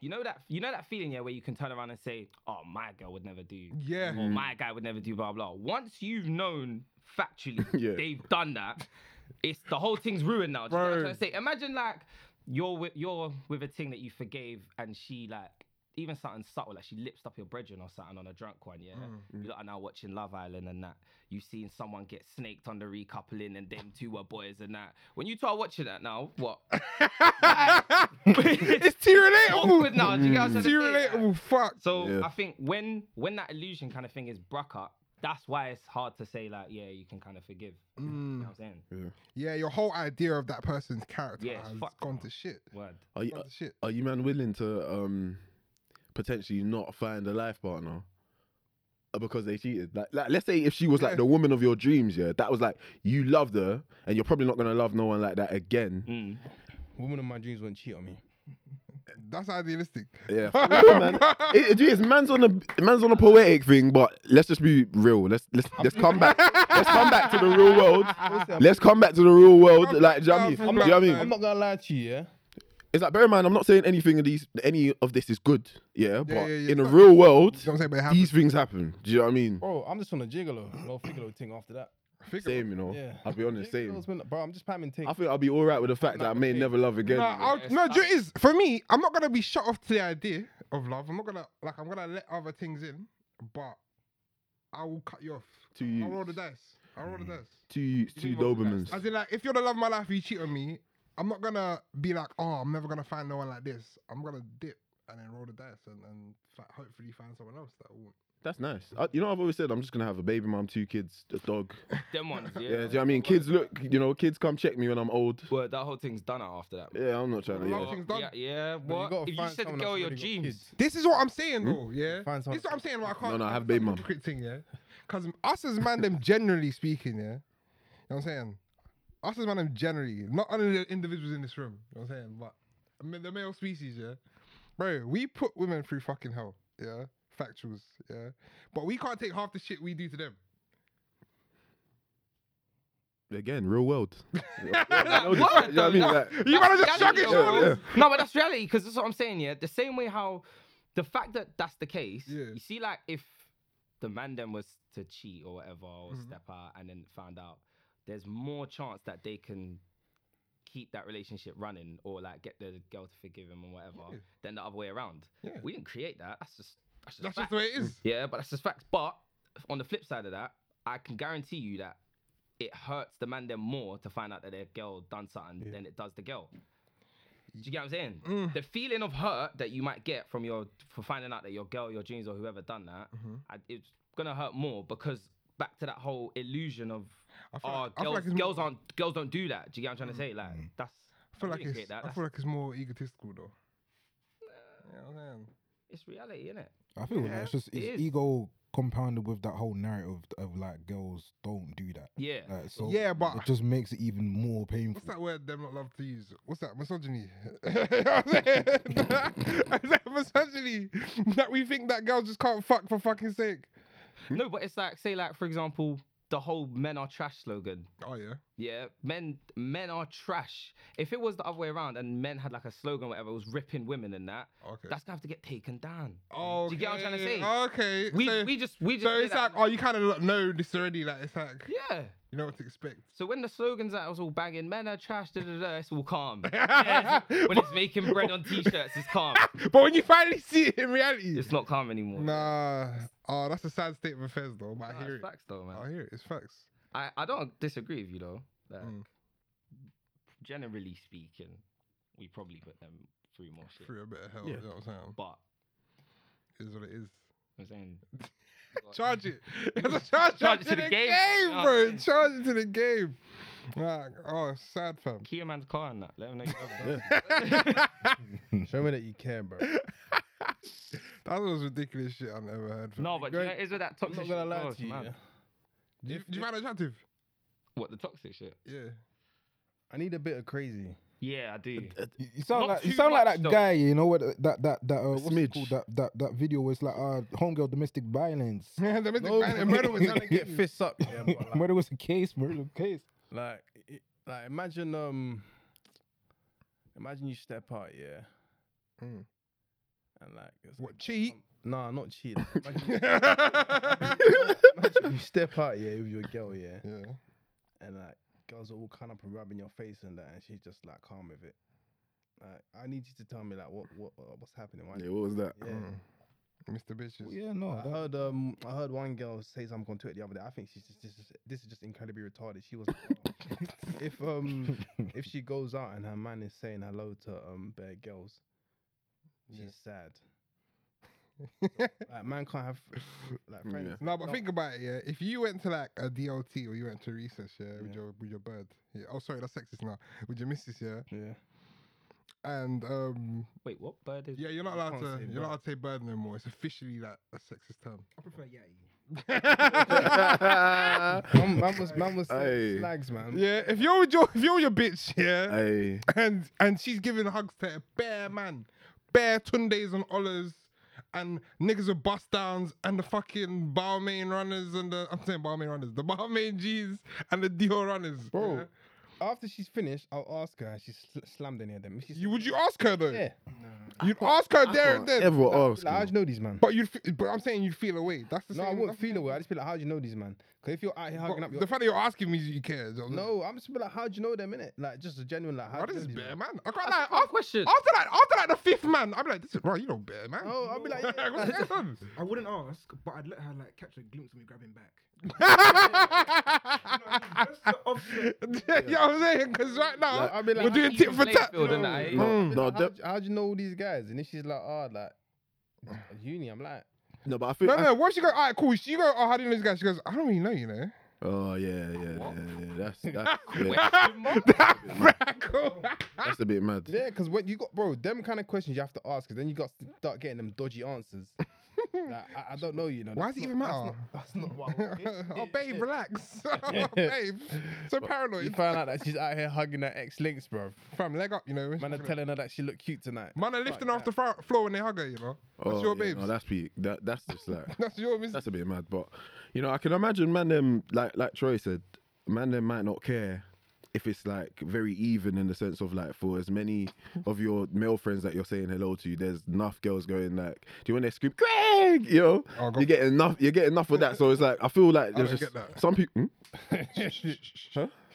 S8: you know that you know that feeling, yeah, where you can turn around and say, oh, my girl would never do,
S4: Yeah.
S8: or my guy would never do, blah blah. Once you've known factually
S7: Yeah.
S8: they've done that, it's the whole thing's ruined now. Do you know what I'm
S4: Bro.
S8: trying to say? Imagine like you're with you're with a thing that you forgave and she like even something subtle, like she lips up your brethren or something on a drunk one, yeah. You lot are now watching Love Island and that. You've seen someone get snaked on the recoupling and them two were boys and that. When you start watching that now, what?
S4: It's too
S8: Awkward
S4: relatable.
S8: now, Oh, do you get what I'm trying
S4: It's
S8: to
S4: too
S8: say?
S4: relatable. Fuck.
S8: So
S7: Yeah.
S8: I think when when that illusion kind of thing is broke up, that's why it's hard to say like, yeah, you can kind of forgive. You
S6: Mm.
S8: know what I'm saying?
S4: Yeah, your whole idea of that person's character
S8: Yeah, it's
S4: has
S8: fucked
S4: gone
S8: up.
S4: to shit.
S8: Word.
S7: Are you,
S4: Gone to shit.
S7: are you man willing to um potentially not find a life partner uh, because they cheated? Like, like let's say if she was like the woman of your dreams, yeah, that was like you loved her, and you're probably not gonna love no one like that again.
S8: Mm.
S6: Woman of my dreams won't cheat on me.
S4: That's idealistic.
S7: Yeah, for real, man. It, it- it's man's on a man's on a poetic thing, but let's just be real. Let's let's let's come back. Let's come back to the real world. Let's come back to the real world. Like, do you know what I mean? Do
S4: I'm not-
S7: you know what I
S6: I'm
S7: mean?
S6: not gonna lie to you, yeah.
S7: It's like, bear in mind, I'm not saying anything of these, any of this is good. Yeah, but
S4: yeah, yeah.
S7: in the real world,
S4: You know what I'm saying? But it happens.
S7: these things happen. Do you know what I mean?
S6: Bro, I'm just on a gigolo, no figolo thing after that.
S7: Same, you know.
S6: Yeah.
S7: I'll be honest, same.
S6: Gigolo's been- Bro, I'm just pamming ting.
S7: I think I'll be all right with the fact that I may never love again.
S4: No, I'll, no, do you know what it is for me. I'm not gonna be shut off to the idea of love. I'm not gonna like. I'm gonna let other things in, but I will cut you off.
S7: Two
S4: I'll roll
S7: you, Mm.
S4: the dice. I'll roll the dice.
S7: two, two Dobermans.
S4: As in, like, if you're the love of my life, you cheat on me. I'm not gonna be like, oh, I'm never gonna find no one like this. I'm gonna dip and then roll the dice and, and like, hopefully find someone else that will.
S7: That's nice. I, you know, I've always said I'm just gonna have a baby mom, two kids, a dog.
S8: Them ones, yeah.
S7: Yeah, do you know what I mean? Kids look, you know, kids come check me when I'm old.
S8: Word, that whole thing's done out after that. man.
S7: Yeah, I'm not trying to.
S4: Well,
S7: Yeah.
S4: thing's done.
S8: Yeah, yeah.
S6: you
S8: What?
S6: gotta
S8: if you
S6: find
S8: said the
S6: someone
S8: girl
S6: that's
S8: of your
S6: already got
S8: dreams,
S6: kids.
S4: This is what I'm saying, though. Yeah,
S6: Find
S4: this is what I'm saying. Why I can't.
S7: No, no, I have
S4: understand
S7: baby
S4: the
S7: mum.
S4: hypocrite Thing, yeah, because us as man, them generally speaking, yeah, you know what I'm saying. Us as man, them generally, not only the individuals in this room, you know what I'm saying, but I mean, the male species, yeah, bro. We put women through fucking hell, yeah, factuals, yeah, but we can't take half the shit we do to them.
S7: Again, real world. Yeah, I know this, You know what I mean? Like,
S4: You gotta just shrug
S8: reality,
S4: your
S8: though,
S4: shoulders.
S8: bro. No, but that's reality because that's what I'm saying. Yeah, the same way how the fact that that's the case,
S4: Yeah.
S8: you see, like if the man then was to cheat or whatever, or
S4: Mm-hmm.
S8: step out and then found out, there's more chance that they can keep that relationship running or like get the girl to forgive him and whatever than the other way around.
S4: Yeah.
S8: We didn't create that. Mm. That's just that's just,
S4: That's just
S8: fact.
S4: the way it is.
S8: Yeah, but that's just facts. But on the flip side of that, I can guarantee you that it hurts the man them more to find out that their girl done something than it does the girl. Do you get what I'm saying?
S4: Mm.
S8: The feeling of hurt that you might get from your for finding out that your girl, your dreams, or whoever done that,
S4: Mm-hmm.
S8: I, it's gonna hurt more because back to that whole illusion of
S4: feel like- I
S8: oh
S4: feel
S8: girls,
S4: like it's more- Mm.
S8: girls aren't girls don't do that. Do you get what I'm trying to say? Like that's
S4: I feel
S8: we
S4: like
S8: didn't
S4: it's.
S8: create that.
S4: I
S8: That's,
S4: feel like it's more egotistical though. You know what I'm saying?
S8: it's reality, isn't it?
S5: I feel like it's just
S8: it
S5: it's
S8: is.
S5: ego compounded with that whole narrative of like girls don't do that.
S8: Yeah.
S5: Like, so
S4: Yeah, but-
S5: it just makes it even more painful.
S4: What's that word them not love to use? What's that? Misogyny. You know what I'm saying? Is that misogyny? That we think that girls just can't fuck for fucking sake.
S8: No, but it's like say like for example the whole "men are trash" slogan.
S4: Oh yeah.
S8: Yeah, men men are trash. If it was the other way around and men had like a slogan, or whatever, it was ripping women and that.
S4: Okay.
S8: That's gonna have to get taken down.
S4: Oh,
S8: Do you get what I'm trying to say?
S4: Okay.
S8: We
S4: so,
S8: we just we just.
S4: so
S8: did
S4: it's like,
S8: that-
S4: oh, you kind of know this already. Like it's like
S8: yeah.
S4: you know what to expect.
S8: So when the slogans that was all banging, men are trash, da da da, it's all calm. Yeah, it's- when it's making bread on t-shirts, it's calm.
S4: But when you finally see it in reality,
S8: It's not calm anymore.
S4: nah. Oh, that's a sad state of affairs, though. But I
S8: Nah,
S4: hear
S8: it's
S4: it.
S8: facts though, man.
S4: I hear it. It's facts.
S8: I, I don't disagree with you though. Like,
S4: Mm.
S8: Generally speaking, we probably put them through more shit.
S4: Through a bit of hell. You know what I'm saying?
S8: But
S4: Is what it is.
S8: I'm saying
S4: Charge it. charge,
S8: Charge
S4: it to the, game, Oh,
S8: Yeah.
S4: bro. Charge it to the game. Like, oh, sad fam.
S8: key a man's car and that. Let him know. You love them.
S6: Show me that you care, bro.
S4: That was ridiculous shit I've never heard. Fam.
S8: no, but do you know, it's with that
S6: I'm
S8: toxic.
S6: not gonna
S8: shit Oh,
S6: lie
S8: goes,
S6: to you.
S8: man.
S6: yeah.
S4: do you, do you find it attractive?
S8: What the toxic shit?
S4: Yeah.
S6: I need a bit of crazy.
S8: Yeah, I do.
S5: You you sound
S8: Not
S5: like you
S8: too
S5: sound like
S8: much,
S5: that
S8: though.
S5: guy, you know what? uh, That that that uh, what's it
S7: Smidge.
S5: called? That that that video was like uh, homegirl domestic violence.
S4: Yeah, the
S6: No,
S4: murder was trying to
S6: get
S4: get fit.
S6: fists up. Yeah, but like,
S5: Murder was a case, murder was a case.
S6: like, it- like, imagine, um, imagine you step out, yeah,
S4: Mm.
S6: and like, it's
S4: What, cheat?
S6: No, nah, not cheating. Imagine, imagine you step out, yeah, with your girl, yeah,
S4: Yeah.
S6: and like, girls are all kind up and rubbing your face and that, and she's just like calm with it. Like, I need you to tell me like what what uh, what's happening. Why?
S7: Yeah, what was that?
S6: yeah.
S4: Mm. Mr. Bitches.
S5: Yeah, no,
S6: I
S5: that,
S6: heard um I heard one girl say something on Twitter the other day. I think she's just this is this is just incredibly retarded. She was like, "Oh, if um if she goes out and her man is saying hello to um bare girls, she's sad. like man can't have like
S7: Yeah.
S6: friends.
S4: No, but
S6: No.
S4: think about it, yeah. If you went to like a DLT or you went to recess, yeah, with
S6: Yeah.
S4: your with your bird. Yeah. Oh sorry, that's sexist now. With your missus, yeah.
S6: Yeah.
S4: And um
S8: Wait, what bird is?
S4: yeah, you're not allowed
S6: can't
S4: to
S6: say
S4: you're not allowed to say bird no more. It's officially like a sexist term.
S9: I prefer Yeti.
S6: Man, man was man was
S7: Aye.
S6: saying slags, man.
S4: Yeah, if you're with your if you're with your bitch, yeah,
S7: Hey,
S4: and and she's giving hugs to a bare man, bare tundays and ollers, and niggas with bust downs and the fucking barmaid runners and the I'm saying barmaid runners, the barmaid G's and the Dior runners.
S6: Bro,
S4: yeah?
S6: After she's finished, I'll ask her. and She's sl- slammed any of them. She's
S4: you would you ask her though?
S6: yeah.
S4: You'd ask her there and then.
S7: everyone asks.
S6: Like, how do
S7: man.
S6: you know these man?
S4: But you'd, f- but I'm saying you'd feel away. That's the
S6: No,
S4: same.
S6: I wouldn't
S4: that's-
S6: feel away. I just feel like, how do you know these man? Because if you're out here hugging
S4: but
S6: up your
S4: the fact that you're asking me, you care. do you know what
S6: No, I'm just be like, how do you know them innit? Like just a genuine like, how
S4: I'm saying? Bro,
S6: do you
S4: this
S6: know
S4: is
S6: these
S4: bare
S6: man?
S4: man. I can't lie.
S8: That's a
S4: After,
S8: question.
S4: after like after like the fifth man, I'd be like, this is bro, you know bare man.
S6: No, I'll be like, Oh, yeah,
S4: What's
S6: like,
S4: going on?
S9: I wouldn't ask, but I'd let her like catch a glimpse of me grabbing back.
S4: you know what I'm saying? Because right now,
S6: I'll be like,
S4: we're
S6: how
S4: doing
S6: do
S4: tit for
S8: play
S4: tat.
S8: field and that, eh?
S7: No,
S6: you-
S4: mm.
S7: no,
S6: how,
S7: de-
S6: do- how do you know all these guys? And if she's like, oh, like uni, I'm like,
S7: no, but I think.
S4: No,
S7: I-
S4: no, once you go, all right, cool. You go, oh, how do you know this guy? She goes, I don't really know, you know.
S7: Oh yeah, yeah, yeah, yeah. That's that's yeah,
S4: that freckle.
S7: that's a bit mad.
S6: yeah, because when you got bro, them kind of questions you have to ask, because then you got to start getting them dodgy answers. like, I, I don't know, you know.
S4: Why
S6: that's
S4: does it even
S6: not-
S4: matter?
S6: That's not, that's not what.
S4: oh, babe, relax. oh, babe. So
S6: You
S4: paranoid.
S6: found out that she's out here hugging her ex links, bro.
S4: Fam, leg up, you know.
S6: Man are telling her that she looked cute tonight.
S4: Man are lifting her off the fro- floor when they hug her, you know. That's
S7: Oh,
S4: your
S7: yeah,
S4: babes.
S7: No, that's peak. That that's just like
S4: That's your missus.
S7: that's a bit mad. But you know, I can imagine man them like like Troy said, man them might not care if it's like very even in the sense of like for as many of your male friends that you're saying hello to, there's enough girls going like, do you want to scream Greg? You know,
S4: Oh, go-
S7: you get enough. You get enough of that. So it's like I feel like there's
S4: don't
S7: just
S4: get that.
S7: some people.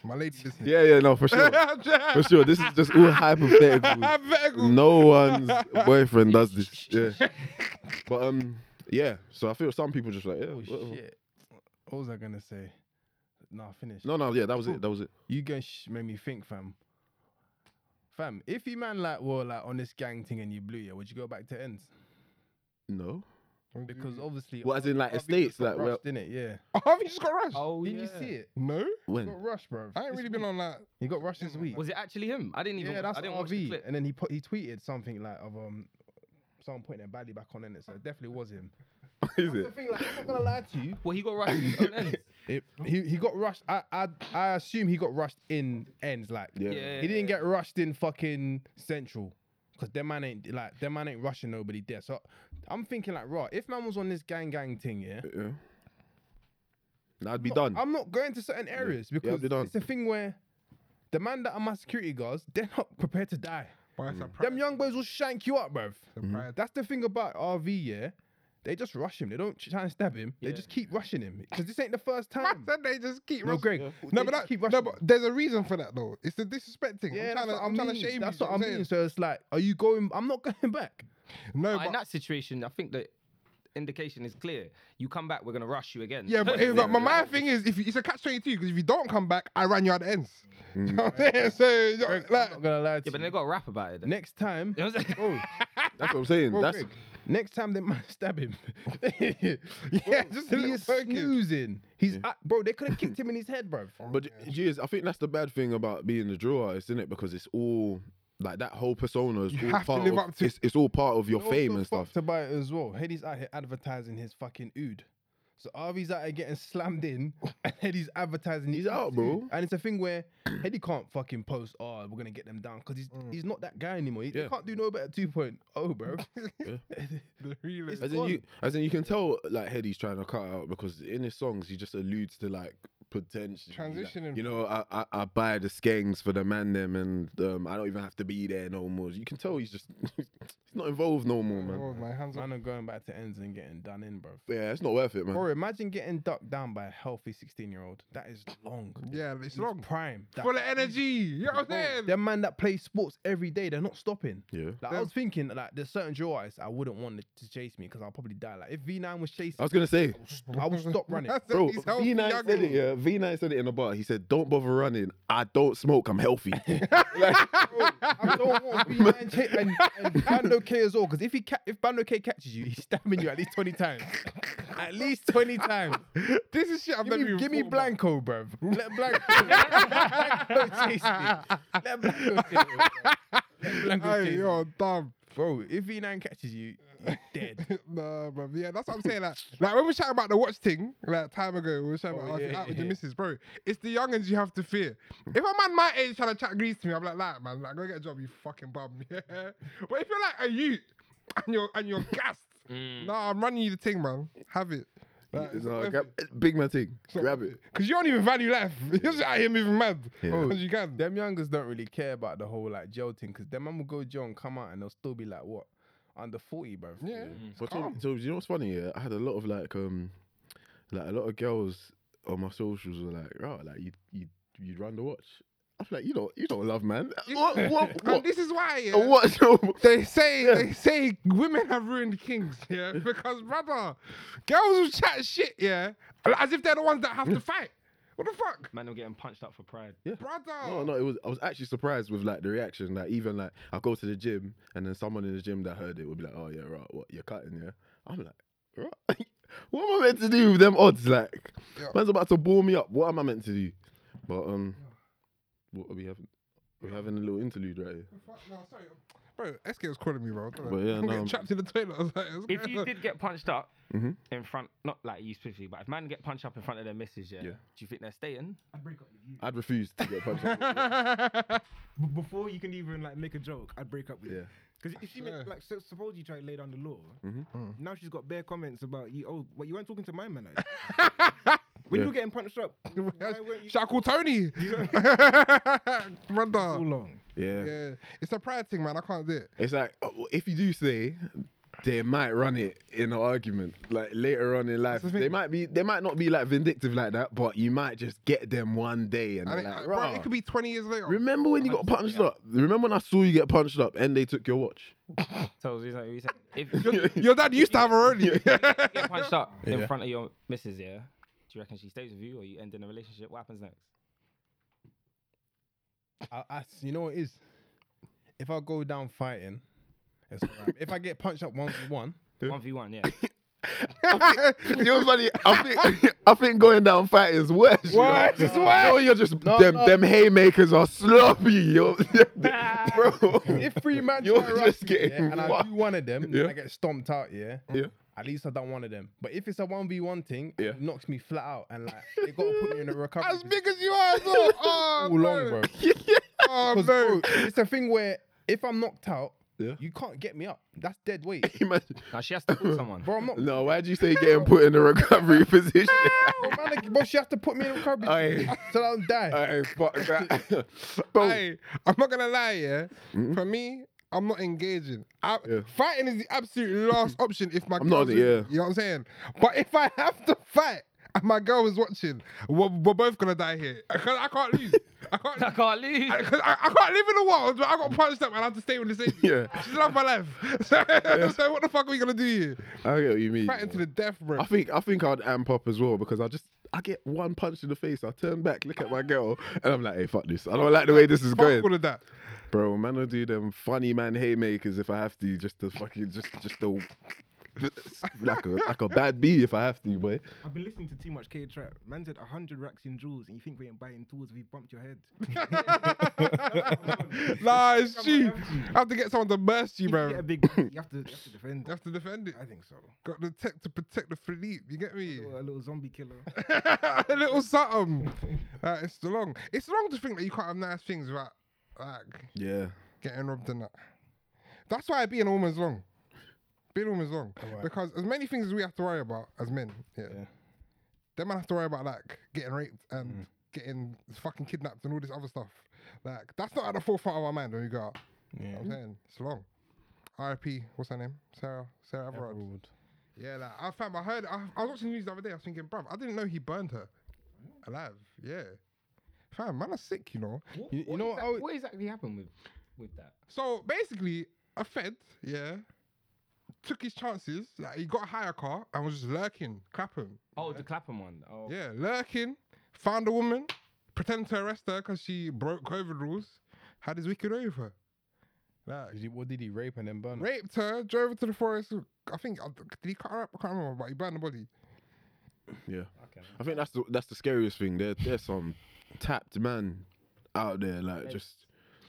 S4: My lady listening.
S7: Yeah, yeah, no, for sure, for sure. This is just all hypothetical.
S4: Vertical.
S7: no one's boyfriend does this. Yeah. But um, yeah. So I feel some people just like yeah.
S6: Oh,
S7: whatever.
S6: shit. What was I going to say? Nah, finish.
S7: No, no, yeah, that was it. That was it.
S6: You guys sh- made me think, fam. Fam, if you man like were like on this gang thing and you blew yeah, would you go back to ends?
S7: No.
S6: Because obviously,
S7: Well, as in, like, estates, like, well-
S6: in it, yeah.
S4: Oh, have you just got rushed?
S8: Oh,
S6: Didn't
S8: yeah.
S6: you see it?
S4: No,
S6: You
S7: When?
S6: got rushed, bro.
S4: I ain't really been on that.
S6: You got rushed this week.
S8: Was it actually him? I didn't even.
S6: yeah, that's
S8: I didn't watch the
S6: RV.
S8: clip.
S6: And then he put, he tweeted something like of um someone putting their belly back on in it, so it definitely was him.
S7: Is it?
S6: thing, like, I'm not gonna lie to you.
S8: Well, he got rushed. in his own ends.
S6: It, he he got rushed. I, I I assume he got rushed in ends. Like
S8: Yeah.
S6: he didn't get rushed in fucking central. Cause their man ain't like their man ain't rushing nobody there. So I'm thinking like, right, if man was on this gang gang thing, yeah,
S7: Yeah. That'd be
S6: not-
S7: done.
S6: I'm not going to certain areas because
S7: be done.
S6: it's a thing where the man that are my security guards, they're not prepared to die.
S4: But that's a pri-
S6: Them young boys will shank you up, bruv.
S7: Mm-hmm.
S4: pride.
S6: That's the thing about RV, yeah. They just rush him. They don't try and stab him. They just keep rushing him because this ain't the first time.
S4: Then they just keep
S6: No,
S4: rushing.
S6: Greg,
S4: No,
S6: they
S4: but,
S6: just
S4: that,
S6: keep
S4: no,
S6: rushing.
S4: but there's a reason for that though. It's the disrespecting. I'm
S6: Yeah,
S4: trying
S6: that's
S4: to,
S6: what
S4: I'm
S6: I
S4: trying to
S6: mean.
S4: shame
S6: That's
S4: you.
S6: what I mean. So it's like, are you going? I'm not going back.
S4: No,
S8: But in
S4: but
S8: that situation, I think the indication is clear. You come back, we're gonna rush you again.
S4: Yeah, but, if, but my, my thing is, if you, it's a catch twenty two because if you don't come back, I ran you out the ends. You know what I'm saying? So you know, like,
S6: Mm. I'm not gonna lie to
S8: Yeah, but
S6: you.
S8: they got a rap about it. Then.
S6: Next time,
S8: You know what I'm saying?
S7: That's what I'm saying.
S6: Bro,
S7: That's
S6: Greg, next time they might stab him. yeah,
S4: just a
S6: he
S4: little
S6: is
S4: poking.
S6: snoozing. He's uh, bro. They could have kicked him in his head, bro.
S7: But geez, I think that's the bad thing about being a drill artist, isn't it? Because it's all like that whole persona is all
S4: have to
S7: part
S4: live
S7: of
S4: up to-
S7: it's, it's all part of your fame and stuff.
S6: To buy it as well. Hedy's out here advertising his fucking ood. So Harvey's out here getting slammed in, and Hedy's advertising. his
S7: He's out,
S6: ood.
S7: bro.
S6: And it's a thing where Hedy can't fucking post. Oh, we're gonna get them down because he's he's not that guy anymore. He, he
S7: Yeah.
S6: can't do no better. Two point oh, bro.
S4: the realest-
S7: As in, you, as in you can tell like Hedy's trying to cut out because in his songs he just alludes to like potential
S4: Transitioning.
S7: you know, I, I I buy the skanks for the man them and um, I don't even have to be there no more. You can tell he's just he's not involved no more, man.
S4: Oh, my hands up.
S6: Man, I'm going back to ends and getting done in, bro.
S7: Yeah, it's not worth it, man.
S6: Bro, imagine getting ducked down by a healthy 16 year old. That is long.
S4: Yeah, it's long.
S6: Prime. That,
S4: Full of energy. You know what I'm saying?
S6: Them man that plays sports every day, they're not stopping.
S7: Yeah.
S6: Like, I was thinking, like, there's certain drill artists I wouldn't want to- to chase me because I'll probably die. Like, if V9 was chasing,
S7: I was gonna say,
S6: I would stop running.
S4: That's
S7: bro,
S4: these healthy
S7: V9
S4: young-
S7: said it, yeah. V9 said it in a bar. He said, Don't bother running. I don't smoke, I'm healthy. Like-
S6: I don't want V9 cha- and, and Bando K as well because if he ca- if Bando K catches you, he's stabbing you at least 20 times. at least 20 times.
S4: This is shit I've
S6: Give
S4: never
S6: me,
S4: even
S6: give me
S4: thought about.
S6: Blanco, bruv. Let Blanco, Blanco chase me. Let Blanco chase me. bruv. Let Blanco chase
S4: Hey,
S6: me.
S4: you're dumb.
S6: Bro, if V9 catches you, you're dead.
S4: nah, bro. Yeah, that's what I'm saying. Like, like when we chatting about the watch thing, like time ago, we were chatting
S7: Oh,
S4: about
S6: yeah,
S4: us out with
S6: yeah.
S4: the missus, bro. It's the youngins you have to fear. If a man my age trying to chat grease to me, I'm like, nah, man, like go get a job, you fucking bum. Yeah. But if you're like a youth and you're and you're gassed,
S7: Mm.
S8: Mm.
S4: nah, I'm running you the thing, man. Have it. Like, it's
S7: No,
S4: worth
S7: grab,
S4: it.
S7: big man thing. Grab it.
S4: Cause you don't even value life. You're just out here moving mad. Cause you can.
S6: Them youngers don't really care about the whole like jail thing because them man will go jail and come out and they'll still be like, what? Under 40, bro.
S4: Yeah.
S7: But Tom, Tom, you know what's funny? Yeah, I had a lot of like, um, like a lot of girls on my socials were like, "Right, like you, you, you run the watch." I'm like, you don't, you don't love man. What, what,
S4: And
S7: what?
S4: this is why yeah,
S7: A watch?
S4: They say they say women have ruined kings, yeah, because brother, girls will chat shit, yeah, as if they're the ones that have to fight. What the fuck,
S8: Man, I'm getting punched up for pride.
S4: brother?
S7: No, no, it was. I was actually surprised with like the reaction. Like even like I go to the gym and then someone in the gym that heard it would be like, "Oh yeah, right, what you're cutting?" Yeah, I'm like, right. what am I meant to do with them odds? Like, man's about to bore me up. What am I meant to do? But um, what are we having? We're having a little interlude right here.
S4: Fuck, no, sorry, bro. SK was calling me, bro. Don't
S7: But um,
S4: know.
S7: yeah,
S4: I'm
S7: no,
S4: getting
S7: I'm-
S4: trapped in the toilet. I was like, it's
S8: If you
S4: kinda-
S8: did get punched up
S6: Mm-hmm.
S7: Mhm.
S8: in front, not like you specifically, but if man get punched up in front of their missus, yeah, do you think they're staying?
S7: I'd refuse to get punched. up.
S9: B- before you can even like make a joke, I'd break up with
S7: Yeah.
S9: you. Because if she make, like so, suppose you try to lay down the law,
S6: Mm-hmm.
S9: now she's got bare comments about you. Oh, well, you weren't talking to my man. Like that." when you were getting punched up, why weren't you
S4: Should I call Tony?
S9: so
S4: brother,
S9: long?
S7: Yeah.
S4: yeah, it's a pride thing, man. I can't do it.
S7: It's like oh, if you do say, they might run it in an argument. Like later on in life,
S4: the thing.
S7: they might be, they might not be like vindictive like that, but you might just get them one day and
S4: And
S7: they're
S4: it,
S7: like,
S4: bro,
S7: "Rah."
S4: it could be 20 years later.
S7: Remember when you got punched up? Remember when I saw you get punched up and they took your watch?
S8: So he's like, he's like, if you
S4: Your dad used to have a Rolex.
S8: get punched up in front of your missus, yeah, do you reckon she stays with you or you end in the relationship? What happens next?
S6: I, I, you know what it is? If I go down fighting, it's alright. if I get punched up one for one,
S8: One v one, yeah.
S7: you know what's funny? I think, I think going down fight is worse. What? It's worse. No, you're just them, them haymakers are sloppy. Yo. Bro.
S6: if three man
S7: You're
S6: try to rush
S7: just
S6: me, yeah,
S7: getting
S6: and I
S7: fucked.
S6: do one of them,
S7: Yeah.
S6: and I get stomped out, yeah,
S7: Yeah.
S6: At least I done one of them. But if it's a one v one thing,
S7: Yeah.
S6: it knocks me flat out, and like they gotta put me in a recovery.
S4: As big as you are, as well. Oh,
S6: all long,
S4: no.
S6: bro.
S4: Oh,
S6: 'Cause,
S4: no.
S6: bro, It's a thing where if I'm knocked out,
S7: Yeah.
S6: you can't get me up. That's dead weight,
S7: Imagine-
S8: Now she has to call someone.
S6: bro. I'm not.
S7: no, why'd you say getting put in the recovery position?
S6: Bro, man, like, bro, she has to put me in a recovery
S7: Aye.
S6: so I don't die.
S7: Alright, fuck that. Bro,
S4: Hey, I'm not gonna lie, yeah. For me, I'm not engaging. I,
S7: Mm-hmm. Yeah. Mm-hmm.
S4: Fighting is the absolute last option if my
S7: I'm not
S4: girl's
S7: on it,
S4: with-
S7: yeah.
S4: You know what I'm saying? But if I have to fight and my girl is watching, we're, we're both gonna die here. I can't, I can't lose. I can't.
S8: I can't leave.
S4: I, 'cause I- I can't live in a world where I got punched up and I have to stay with the same.
S7: Yeah.
S4: She's love my life. So, so what the fuck are we gonna do here?
S7: I get what you mean.
S4: Fighting to the death, bro.
S7: I think I think I'd amp up as well because I just I get one punch in the face. I turn back, look at my girl, and I'm like, "Hey, fuck this! I don't like the way this is
S4: Fuck all
S7: going,
S4: of that.
S7: bro." Man, will do them funny man haymakers if I have to, just to fucking just just to like a like a bad bee if I have to, boy.
S9: I've been listening to too much K Trap. Man said 100 racks in jewels, and you think we ain't buying tools if you bumped your head.
S4: Nah, it's
S9: Come on,
S4: cheap.
S9: have
S4: I have to get someone to burst you,
S9: If you get
S4: bro.
S9: a big, you have to, you have to defend.
S4: You have to defend it.
S9: I think so.
S4: Got the tech to protect the Philippe. You get me?
S9: Or a little zombie killer.
S4: a little something. Uh, it's long. It's long to think that you can't have nice things without like
S7: Yeah,
S4: getting robbed and that. That's why being a woman's long. Being a woman's long because as many things as we have to worry about as men, yeah,
S5: Yeah.
S4: they might have to worry about like getting raped and getting fucking kidnapped and all this other stuff. Like that's not at the forefront of our mind when we go out. You know what I'm saying it's long. R.I.P. What's her name? Sarah. Sarah Everard. Yeah, like, I found. I heard. I, I was watching the news the other day. I was thinking, bruv, I didn't know he burned her alive. Yeah, fam, man, are sick, you know.
S6: You, you know what? I would-
S8: what exactly happened with with that?
S4: So basically, a Fed, yeah, took his chances. Like he got a hire car and was just lurking, Clapham.
S8: Oh, the Clapham one. Oh,
S4: Yeah, lurking. Found a woman, pretended to arrest her because she broke COVID rules. Had his wicked over. Like,
S6: Did he- what did he rape and then burn? her?
S4: raped her, drove her to the forest. I think I- did he cut her up? I can't remember, but he burned the body.
S7: yeah. I think that's the that's the scariest thing. There, there's some tapped man out there, like just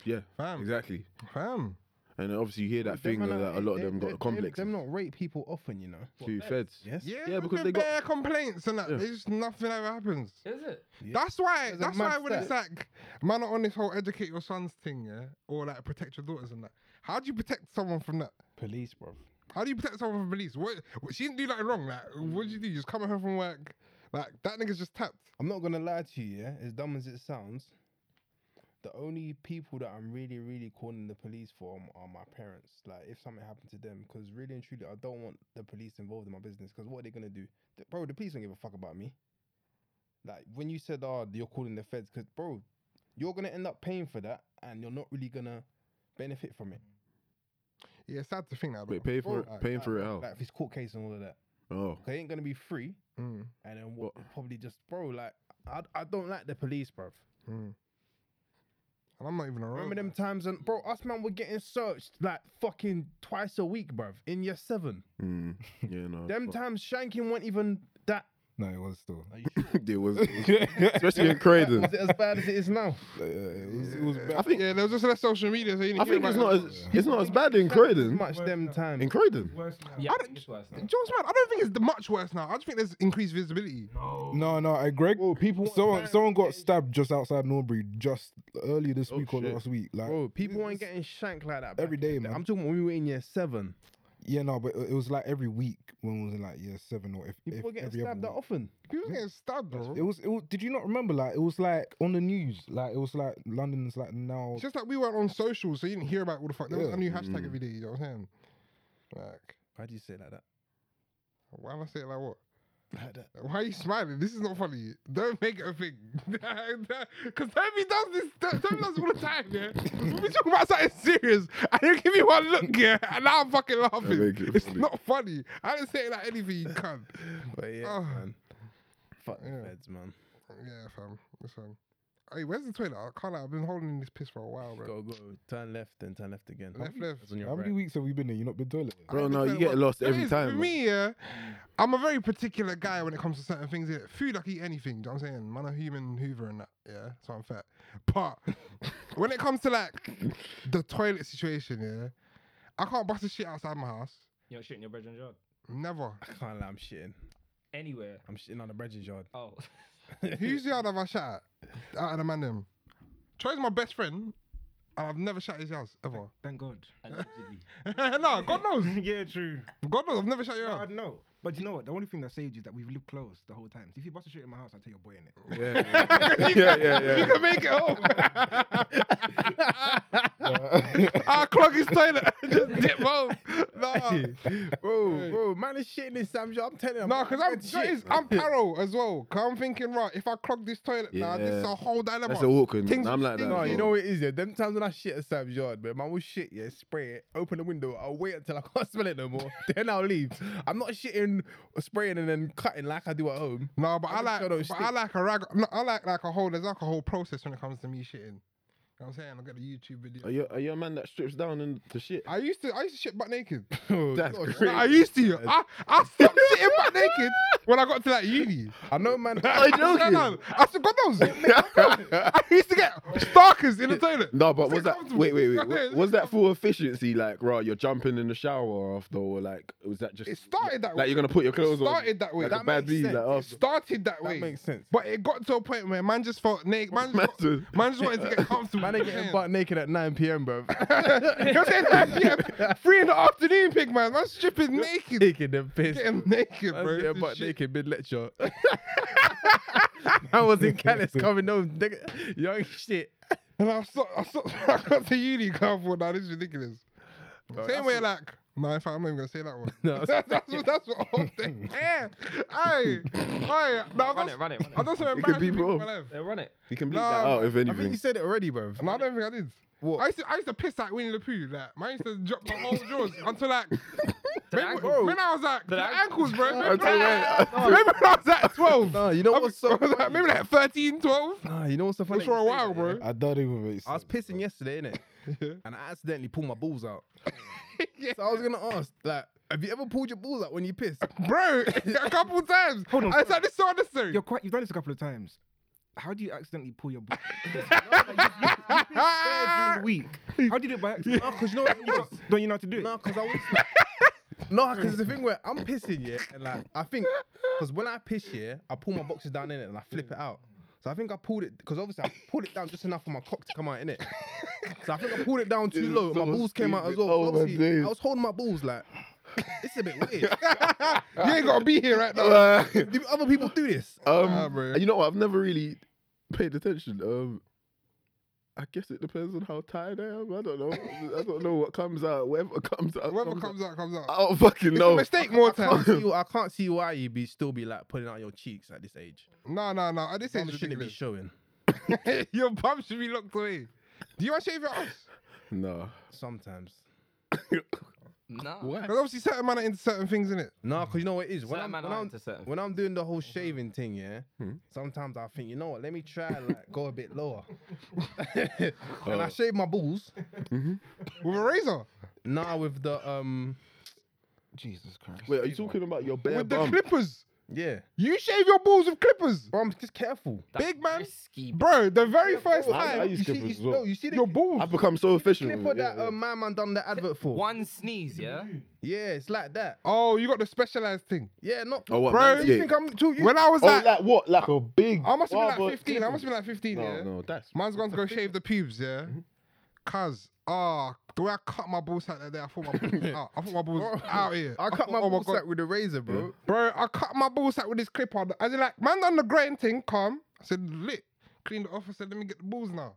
S7: yeah,
S4: Fam.
S7: exactly.
S4: Fam.
S7: And obviously you hear that
S6: Them
S7: thing
S6: man
S7: that
S6: are-
S7: a lot of
S6: they-
S7: them
S6: they-
S7: got
S6: they-
S7: complex
S6: Them not rape people often, you know.
S7: to feds.
S6: Yes.
S4: Yeah,
S7: Yeah, because
S4: because
S7: they
S4: they
S7: got-
S4: bare complaints and that.
S7: Yeah.
S4: There's just nothing ever happens.
S8: Is it?
S4: That's why.
S6: There's a
S4: that's
S6: mad
S4: why when it's
S6: stat.
S4: like, man, not on this whole educate your sons thing, yeah, or like protect your daughters and that. How do you protect someone from that?
S6: Police, bro.
S4: How do you protect someone from police? What, what she didn't do nothing wrong. Like, what did you do? You just come home from work. Like that nigga's just tapped.
S6: I'm not gonna lie to you, yeah. As dumb as it sounds, the only people that I'm really, really calling the police for m- are my parents. Like, if something happened to them, because really and truly, I don't want the police involved in my business. Because what are they gonna do, The- bro? The police don't give a fuck about me. Like when you said, "Oh, you're calling the feds," because bro, you're gonna end up paying for that, and you're not really gonna benefit from it.
S4: Yeah, it's sad to think that.
S7: Wait,
S4: though.
S7: pay for it,
S4: Bro,
S7: paying
S6: Like,
S7: for it out.
S6: Like if it's court case and all of that,
S7: Oh,
S6: they ain't gonna be free.
S4: Mm,
S6: And then what? they'll Probably just bro. Like I, I don't like the police, bro.
S4: mm. And I'm not even around.
S6: Remember them times and bro, us man were getting searched like fucking twice a week, bruv, in year seven.
S7: mm, yeah, no.
S6: Them
S7: fuck.
S6: times shanking weren't even that
S5: No, it was still.
S7: There was, especially in Croydon.
S6: was it as bad as it is now.
S5: Yeah, it was. It was bad.
S4: I think yeah, there was just less social media, so you didn't
S7: I
S4: hear
S7: think it's
S4: about
S7: not
S4: it.
S7: as it's not as bad in Croydon.
S6: Much them
S7: In
S6: times.
S7: Croydon,
S8: Yeah, I think it's worse now.
S4: Jones, man, I don't think it's much worse now. I just think there's increased visibility.
S5: No, no, I Greg.
S6: people want
S5: someone,
S6: banned
S5: someone got stabbed just outside Norbury just earlier this week or
S7: shit.
S5: last week. Like,
S6: Bro, people ain't getting shanked like that. back
S5: Every
S6: in
S5: day,
S6: the
S5: man.
S6: I'm talking when we were in year seven.
S5: yeah, no, but it it was like every week when we was in like year seven or if, if
S6: People were getting
S5: every other
S6: stabbed that
S5: week.
S6: often.
S4: People getting stabbed, bro.
S5: It was, it was. Did you not remember? Like, it was like on the news. Like, it was like London's like now.
S4: It's just like we weren't on social, so you didn't hear about all the fuck. There was
S5: Yeah.
S4: a new hashtag
S7: Mm.
S4: every day. You know what I'm saying? Like,
S6: How do you say it like that?
S4: why am I saying like what?
S6: Like that.
S4: Why are you smiling? This is not funny. Don't make it a thing. Because Toby does this. Toby does this all the time, yeah? When we talk about something serious, and you give me one look, yeah? And now I'm fucking laughing.
S7: make it
S4: It's
S7: funny.
S4: not funny. I didn't say it like anything you can.
S6: But yeah,
S5: Ah.
S4: Oh.
S6: man. Fuck the
S4: Yeah.
S6: feds, man.
S4: Yeah, fam. That's fam. Hey, where's the toilet? I can't lie. I've been holding this piss for a while, bro.
S6: Go, go. Turn left and turn left again.
S4: Left, left.
S6: That's on your
S5: How
S6: right.
S5: many weeks have we been there? You not been toilet. yet?
S7: bro.
S4: I'm just
S7: No, you
S4: saying,
S7: get
S4: what-
S7: lost
S4: it
S7: every
S4: is,
S7: time.
S4: For
S7: man.
S4: me, yeah, I'm a very particular guy when it comes to certain things. innit? Food, I can eat anything. Do you know what I'm saying? Man, a human Hoover and that. Yeah, so I'm fat. But when it comes to like the toilet situation, yeah, I can't bust the shit outside my house.
S8: You know, shit in your brethren's yard.
S4: Never.
S6: I can't lie, I'm shitting.
S8: Anywhere.
S6: I'm shitting on the bread's yard.
S8: Oh.
S4: Who's the other have I shot at? Out of the man them. Troy's my best friend, and I've never shot his house ever.
S9: Thank God.
S8: Allegedly.
S4: no, God knows.
S9: yeah, true.
S4: God knows I've never shot your
S9: No, I
S4: house.
S9: don't know. But you know what? The only thing that saved you is that we've lived close the whole time. So if you bust a shit in my house, I take your boy in it.
S7: yeah, yeah, yeah.
S4: can make it home. I'll Ah, clog his toilet and just dip home. Nah.
S6: Bro, bro, man is shitting in Sam's yard. I'm telling him.
S4: No, because I'm that is- I'm paro as well. Cause I'm thinking, right, if I clog this toilet now, this is
S7: Yeah.
S4: a whole dilemma.
S7: That's so awkward.
S4: Things-
S7: I'm like that.
S4: No,
S6: No,
S7: as
S6: you
S7: well.
S6: know what it is, yeah? Them times when I shit at Sam's yard, man, man will shit, yeah, spray it, open the window, I'll wait until I can't smell it no more, then I'll leave. I'm not shitting, spraying, and then cutting like I do at home.
S4: no, but I
S6: I'm
S4: like,
S6: sure those
S4: but I like a rag. No, I like like a whole. There's like a whole process when it comes to me shitting. You know what I'm saying? I got a YouTube video.
S6: Oh,
S7: Are you, are you a man that strips down and to shit?
S4: I used to I used to shit butt naked.
S7: That's
S4: No, I used to. I I stopped shitting butt naked when I got to like uni.
S6: I know, man.
S4: No, no, no. I said, God knows. I used to get starkers in the toilet.
S7: No, but
S4: It's
S7: was that
S4: uncomfortable.
S7: wait, wait, wait?
S4: Like,
S7: wa-
S4: it's
S7: Was that full efficiency? Like, right, you're jumping in the shower after, or like, was that just
S4: It started that
S7: like
S4: way.
S7: you're gonna put your clothes on?
S4: started that way.
S7: Like
S4: That
S7: a bad
S6: makes
S7: bee,
S6: sense.
S7: like oh.
S4: It
S7: after.
S4: started that way.
S6: That makes sense.
S4: But it got to a point where man just felt naked. Man just,
S7: Man
S4: got-
S7: just-
S4: man just wanted to get comfortable.
S6: Man ain't getting butt naked at 9 p.m., bro.
S4: You know what I'm saying? Yeah, three in the afternoon, pig man. Man's stripping naked.
S6: naked and pissed.
S4: Getting naked,
S6: Man's
S4: bro.
S6: getting
S4: This
S6: butt
S4: shit.
S6: naked mid lecture. I was in Calais coming home, nigga, young shit.
S4: And I stopped, I stopped, I got to uni, careful now, this is ridiculous. Same way, like, no, in fact, I'm not even gonna say that one.
S6: No,
S4: that's, that's, what, that's what I'm saying. Yeah, aye, aye. No, I'm
S8: Run
S4: not-
S8: it, run it, run it.
S4: I'm not so
S7: It could
S4: embarrassed
S7: be
S4: to be
S7: both.
S4: my life.
S8: Yeah, run it.
S7: You can bleep
S4: Nah,
S7: that out if
S6: I think
S7: anything.
S6: you said it already, bro.
S4: No, I don't think I did.
S6: What?
S4: I used to, I used to piss like Winnie the Pooh. Like, man, I used to drop the whole drawers until like. Remember,
S6: ankle.
S4: when I was like, the ankles, bro. Remember,
S7: Until when?
S4: remember when I was like 12?
S6: No, you know
S4: I'm-
S6: what's so
S4: I was like,
S6: funny?
S4: maybe like 13, 12.
S6: Nah, you know what's so
S4: That's
S6: funny?
S4: for a
S6: You say
S4: while,
S6: that,
S4: bro.
S5: I don't even make sense.
S6: yeah? I was pissing yesterday, innit? and I accidentally pulled my balls out. So I was gonna ask, like, have you ever pulled your balls out when you piss?
S4: Bro, a couple times. Hold
S9: on.
S4: I was like, this is so unnecessary.
S9: You're quite, you've done this a couple of times. How do you accidentally pull your boy?
S4: Ah!
S9: week. How did it by accident?
S6: No, cause you know what it was?
S9: Don't you know how to do it?
S6: No, cause I was No, cause it's the thing where I'm pissing, yeah, and like I think cause when I piss, yeah, I pull my boxes down in it and I flip it out. So I think I pulled it because obviously I pulled it down just enough for my cock to come out in it. So I think I pulled it down too
S7: This is
S6: low.
S7: so
S6: my balls came out as
S7: stupid.
S6: well.
S7: Oh, my
S6: obviously,
S7: days.
S6: I was holding my balls like it's a bit weird.
S4: you ain't gotta be here right now.
S7: Uh,
S6: Do other people do this?
S7: um,
S4: Nah, bro.
S7: you know what? I've never really paid attention. Um, I guess it depends on how tired I am. I don't know. I don't know what comes out. Whatever comes out.
S4: Whoever comes out, comes out.
S7: I don't fucking
S4: It's a
S7: know.
S4: mistake more
S6: I can't
S4: times.
S6: see, I can't see why you be still be like putting out your cheeks at this age.
S4: No, no, no. At this age,
S6: Bum shouldn't be
S4: ridiculous.
S6: showing.
S4: your bum should be locked away. Do you want to shave your ass?
S7: No.
S6: Sometimes.
S8: No.
S4: Because obviously, certain man are into certain things, innit?
S6: No, because you know what it is. When
S8: Certain
S6: I'm,
S8: man
S6: when,
S8: are
S6: I'm,
S8: into certain
S6: when I'm doing the whole shaving thing, yeah, sometimes I think, you know what, let me try and like, go a bit lower. and I shave my balls.
S4: With a razor.
S6: Now with the, um,
S5: Jesus Christ.
S7: Wait, are you talking about your bare
S4: With the
S7: bum?
S4: clippers.
S6: yeah.
S4: You shave your balls with clippers.
S6: Bro, I'm just careful.
S8: That's
S4: Big man.
S8: risky,
S4: Bro,
S8: bro.
S4: the very first
S7: I- I
S4: time,
S7: use
S6: you see,
S7: clippers
S6: you,
S7: as well.
S6: no, you see the
S4: your balls.
S7: I've become so efficient.
S6: clip
S7: with
S6: of
S7: it,
S6: that
S7: yeah,
S6: uh,
S4: um,
S6: my man done the advert for?
S8: One sneeze, yeah?
S6: Yeah, it's like that.
S4: Oh, you got the specialized thing.
S6: Yeah, not.
S7: Oh, what,
S4: Bro,
S7: Manscaped?
S6: you think I'm too. You,
S4: When I was
S7: Oh,
S4: like,
S7: like what? Like a big.
S4: I must have been
S7: barber
S4: like 15. I must have been like 15,
S7: No,
S4: yeah.
S7: no, that's.
S4: Man's gone to go shave the pubes, yeah.
S6: Mm-hmm.
S4: Cause ah, the way I cut my balls out that day, I thought my balls out. I thought my balls out here.
S6: I cut
S4: thought,
S6: my
S4: oh
S6: balls
S4: God.
S6: out with a razor, bro.
S4: bro. I cut my balls out with this clip on. I was like, man, done the grain thing. Calm. I said, lit. Cleaned it off. I said, let me get the balls now.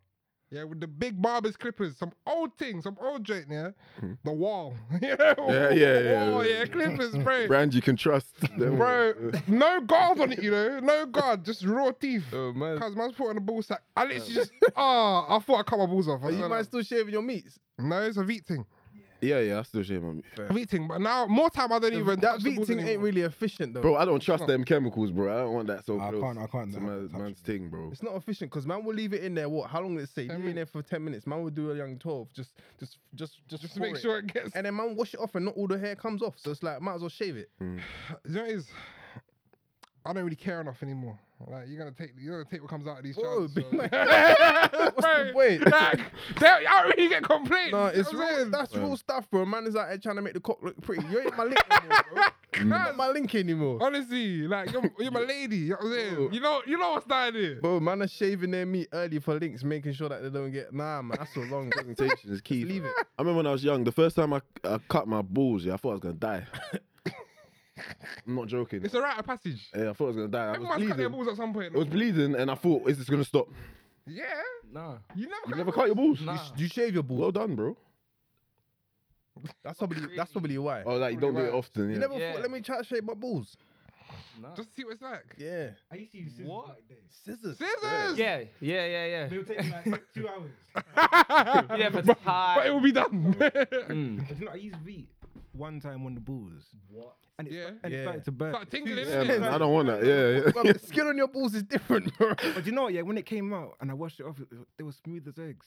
S4: Yeah, with the big barber's clippers, some old thing, some old joint. Yeah,
S6: Hmm.
S4: the wall. yeah,
S7: Yeah, yeah, yeah.
S4: Wall, yeah, clippers, bro.
S7: Brand you can trust. Them
S4: Bro,
S7: ones.
S4: no guard on it, you know, no guard, just raw teeth.
S6: Oh, man.
S4: Cause man's putting the ball sack. I literally just ah, I thought I cut my balls off. I
S6: Are you
S4: swear
S6: man
S4: to
S6: still shaving your meats?
S4: God. no, it's a Veet thing.
S7: Yeah, yeah, I still shave on me.
S4: A Veet thing, but now more time I don't even.
S6: That
S4: touch the
S6: beat
S4: balls
S6: thing ain't
S4: anymore.
S6: really efficient, though.
S7: Bro, I don't trust them chemicals, bro. I don't want that so
S5: I
S7: close.
S5: can't- I can't
S7: to
S5: have
S7: man's,
S5: touch
S7: man's thing, bro.
S6: It's not efficient because man will leave it in there. What? How long did it say? Leave it in there for ten minutes. Man will do a young twelve. Just, just, just, just,
S4: Just
S6: for
S4: make sure it gets.
S6: And then man wash it off, and not all the hair comes off. So it's like, might as well shave it.
S4: You know what it is? I don't really care enough anymore. Like you're gonna take you're gonna take what comes out of these chances. so-
S6: the
S4: Bro,
S6: point?
S4: Like, they- I already get complaints.
S6: No, it's
S4: I'm
S6: real.
S4: saying,
S6: That's real stuff, bro. Man is out here trying to make the cock look pretty. You ain't my link anymore, bro. You're not my link anymore.
S4: Honestly, like you're, you're my lady. You know, what I'm saying? you know, you know what's down here.
S6: Bro, man are shaving their meat early for links, making sure that they don't get. Nah, man, that's a wrong presentation.
S7: Presentation is key.
S6: Leave
S7: bro.
S6: it.
S7: I remember when I was young, the first time I, I cut my balls, yeah, I thought I was gonna die. I'm not joking.
S4: It's a rite of passage.
S7: yeah, I thought I was gonna die. I was
S4: Everyone's cut their
S7: bleeding.
S4: balls at some point.
S7: It was bleeding, and I thought, is this gonna stop?
S4: Yeah,
S8: No.
S4: you never.
S7: You
S4: cut
S7: never
S4: your
S7: cut your balls.
S8: Nah.
S6: You shave your balls.
S7: Well done, bro.
S6: That's probably that's probably why.
S7: Oh, like you don't do it often.
S6: You
S7: Yeah.
S6: never
S8: Yeah.
S6: thought. Let me try to shave my balls.
S8: No.
S4: balls Just to see what it's like.
S6: Yeah.
S9: I used to use scissors
S8: What?
S9: like this.
S6: Scissors.
S4: Scissors.
S8: Yeah, yeah, yeah,
S9: They would take me like two hours.
S8: yeah. Yeah, but
S4: but,
S8: time.
S4: but it will be done.
S8: Mm.
S9: Do you know, I used V one time on the balls. What? And it,
S4: Yeah.
S9: and it
S6: Yeah.
S9: started to burn.
S4: Start tingling.
S7: Yeah,
S4: innit?
S7: man, I don't want that. Yeah,
S6: Bro,
S7: yeah.
S6: the skin on your balls is different, bro.
S9: But do you know what? Yeah, when it came out and I washed it off, it, it was smooth as eggs.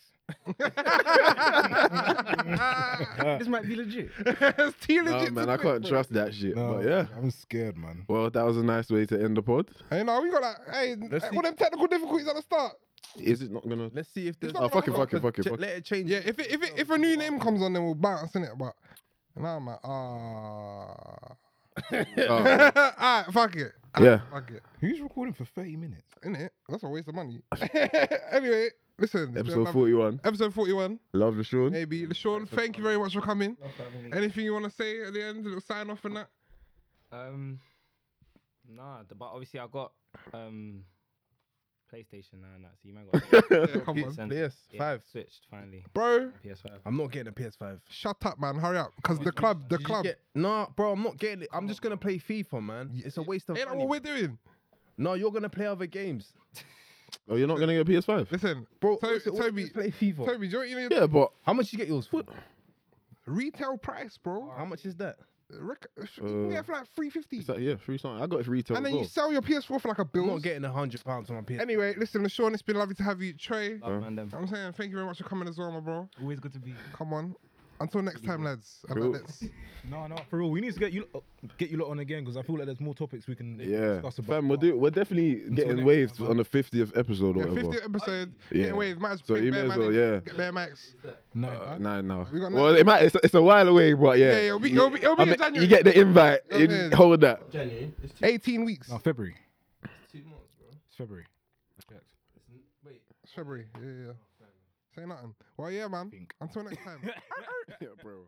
S9: this might be legit.
S4: it's too legit.
S7: Nah,
S4: to
S7: man, I
S4: quit,
S7: can't
S4: bro.
S7: trust that shit.
S5: No,
S7: But yeah.
S5: I'm scared, man.
S7: Well, that was a nice way to end the pod.
S4: Hey, no, we got like, hey,
S6: see.
S4: all them technical difficulties at the start.
S7: Is it not gonna?
S6: Let's see if there's.
S7: Oh, fuck it, fuck it, fuck it,
S6: Ch-
S7: fuck it.
S6: Let it change.
S4: Yeah, if it, if it, if a new name comes on, then we'll bounce in it. But now I'm like, ah,
S7: Oh,
S4: all right, fuck it. Ah,
S7: Yeah.
S4: fuck it.
S5: Who's recording for 30 minutes?
S4: In it, that's a waste of money. anyway, listen. it's been
S7: Episode
S4: another-
S7: forty-one.
S4: Episode forty-one.
S7: Love the Sean.
S4: Maybe Sean, thank you very much for coming. Anything you want to say at the end? A little sign off and that.
S8: Um, nah, th- but obviously I got um PlayStation now and that, so you might got
S4: Yeah, come on,
S6: Yes,
S8: yeah,
S6: five.
S8: switched finally.
S4: bro.
S8: PS5.
S6: I'm not getting a PS5.
S4: Shut up, man. Hurry up, cause the club, the
S6: Did you
S4: club.
S6: get- nah, bro, I'm not getting it. I'm just gonna play FIFA, man. It's a waste of
S4: Ain't that
S6: money.
S4: what we're doing?
S6: no, you're gonna play other games,
S7: Oh, you're not gonna get a PS Five.
S4: Listen,
S6: bro.
S4: To-
S6: listen, all
S4: Toby,
S6: you do is play FIFA.
S4: Toby, do you know what you need?
S7: Yeah, but
S6: How much you get yours for?
S4: Retail price, bro.
S6: How much is that?
S4: Rec- you can get it for like three fifty,
S7: it's like, yeah, free something. I got it for retail.
S4: and then
S7: as
S4: you sell your PS4 for like a
S6: I'm
S4: bill.
S6: not getting a hundred pounds on my PS.
S4: Anyway, listen, Sean, it's been lovely to have you, Trey.
S8: Love, man, them.
S4: I'm saying thank you very much for coming as well, my bro.
S9: Always good to be.
S4: Come on. Until next time, lads. And
S7: Cool.
S4: let's-
S5: No, no, for real. We need to get you uh, get you lot on again because I feel like there's more topics we can
S7: Yeah,
S5: discuss about.
S7: fam, we're, do, we're definitely getting
S5: next
S7: waived on the 50th episode or
S4: Yeah,
S7: whatever.
S4: 50 episode.
S7: Yeah.
S4: Anyway, it might as
S7: So
S4: well
S7: you
S4: bare
S7: may as well,
S4: man in,
S7: yeah.
S4: Get bare mics.
S5: No,
S7: Uh, nah, nah.
S4: We got
S7: Well, it might, it's, it's a while away, but yeah.
S4: Yeah, yeah, it'll be- it'll be- it'll be
S7: I
S4: in
S7: mean,
S4: January.
S7: You get the invite.
S4: Yeah,
S7: you
S4: man.
S7: just hold that.
S3: January. It's two,
S4: 18 weeks.
S5: no, February.
S3: two months, bro.
S5: It's February.
S3: Wait.
S4: It's February. Yeah, yeah. Say nothing. Well, yeah, man. Until next time.
S7: Yeah, bro.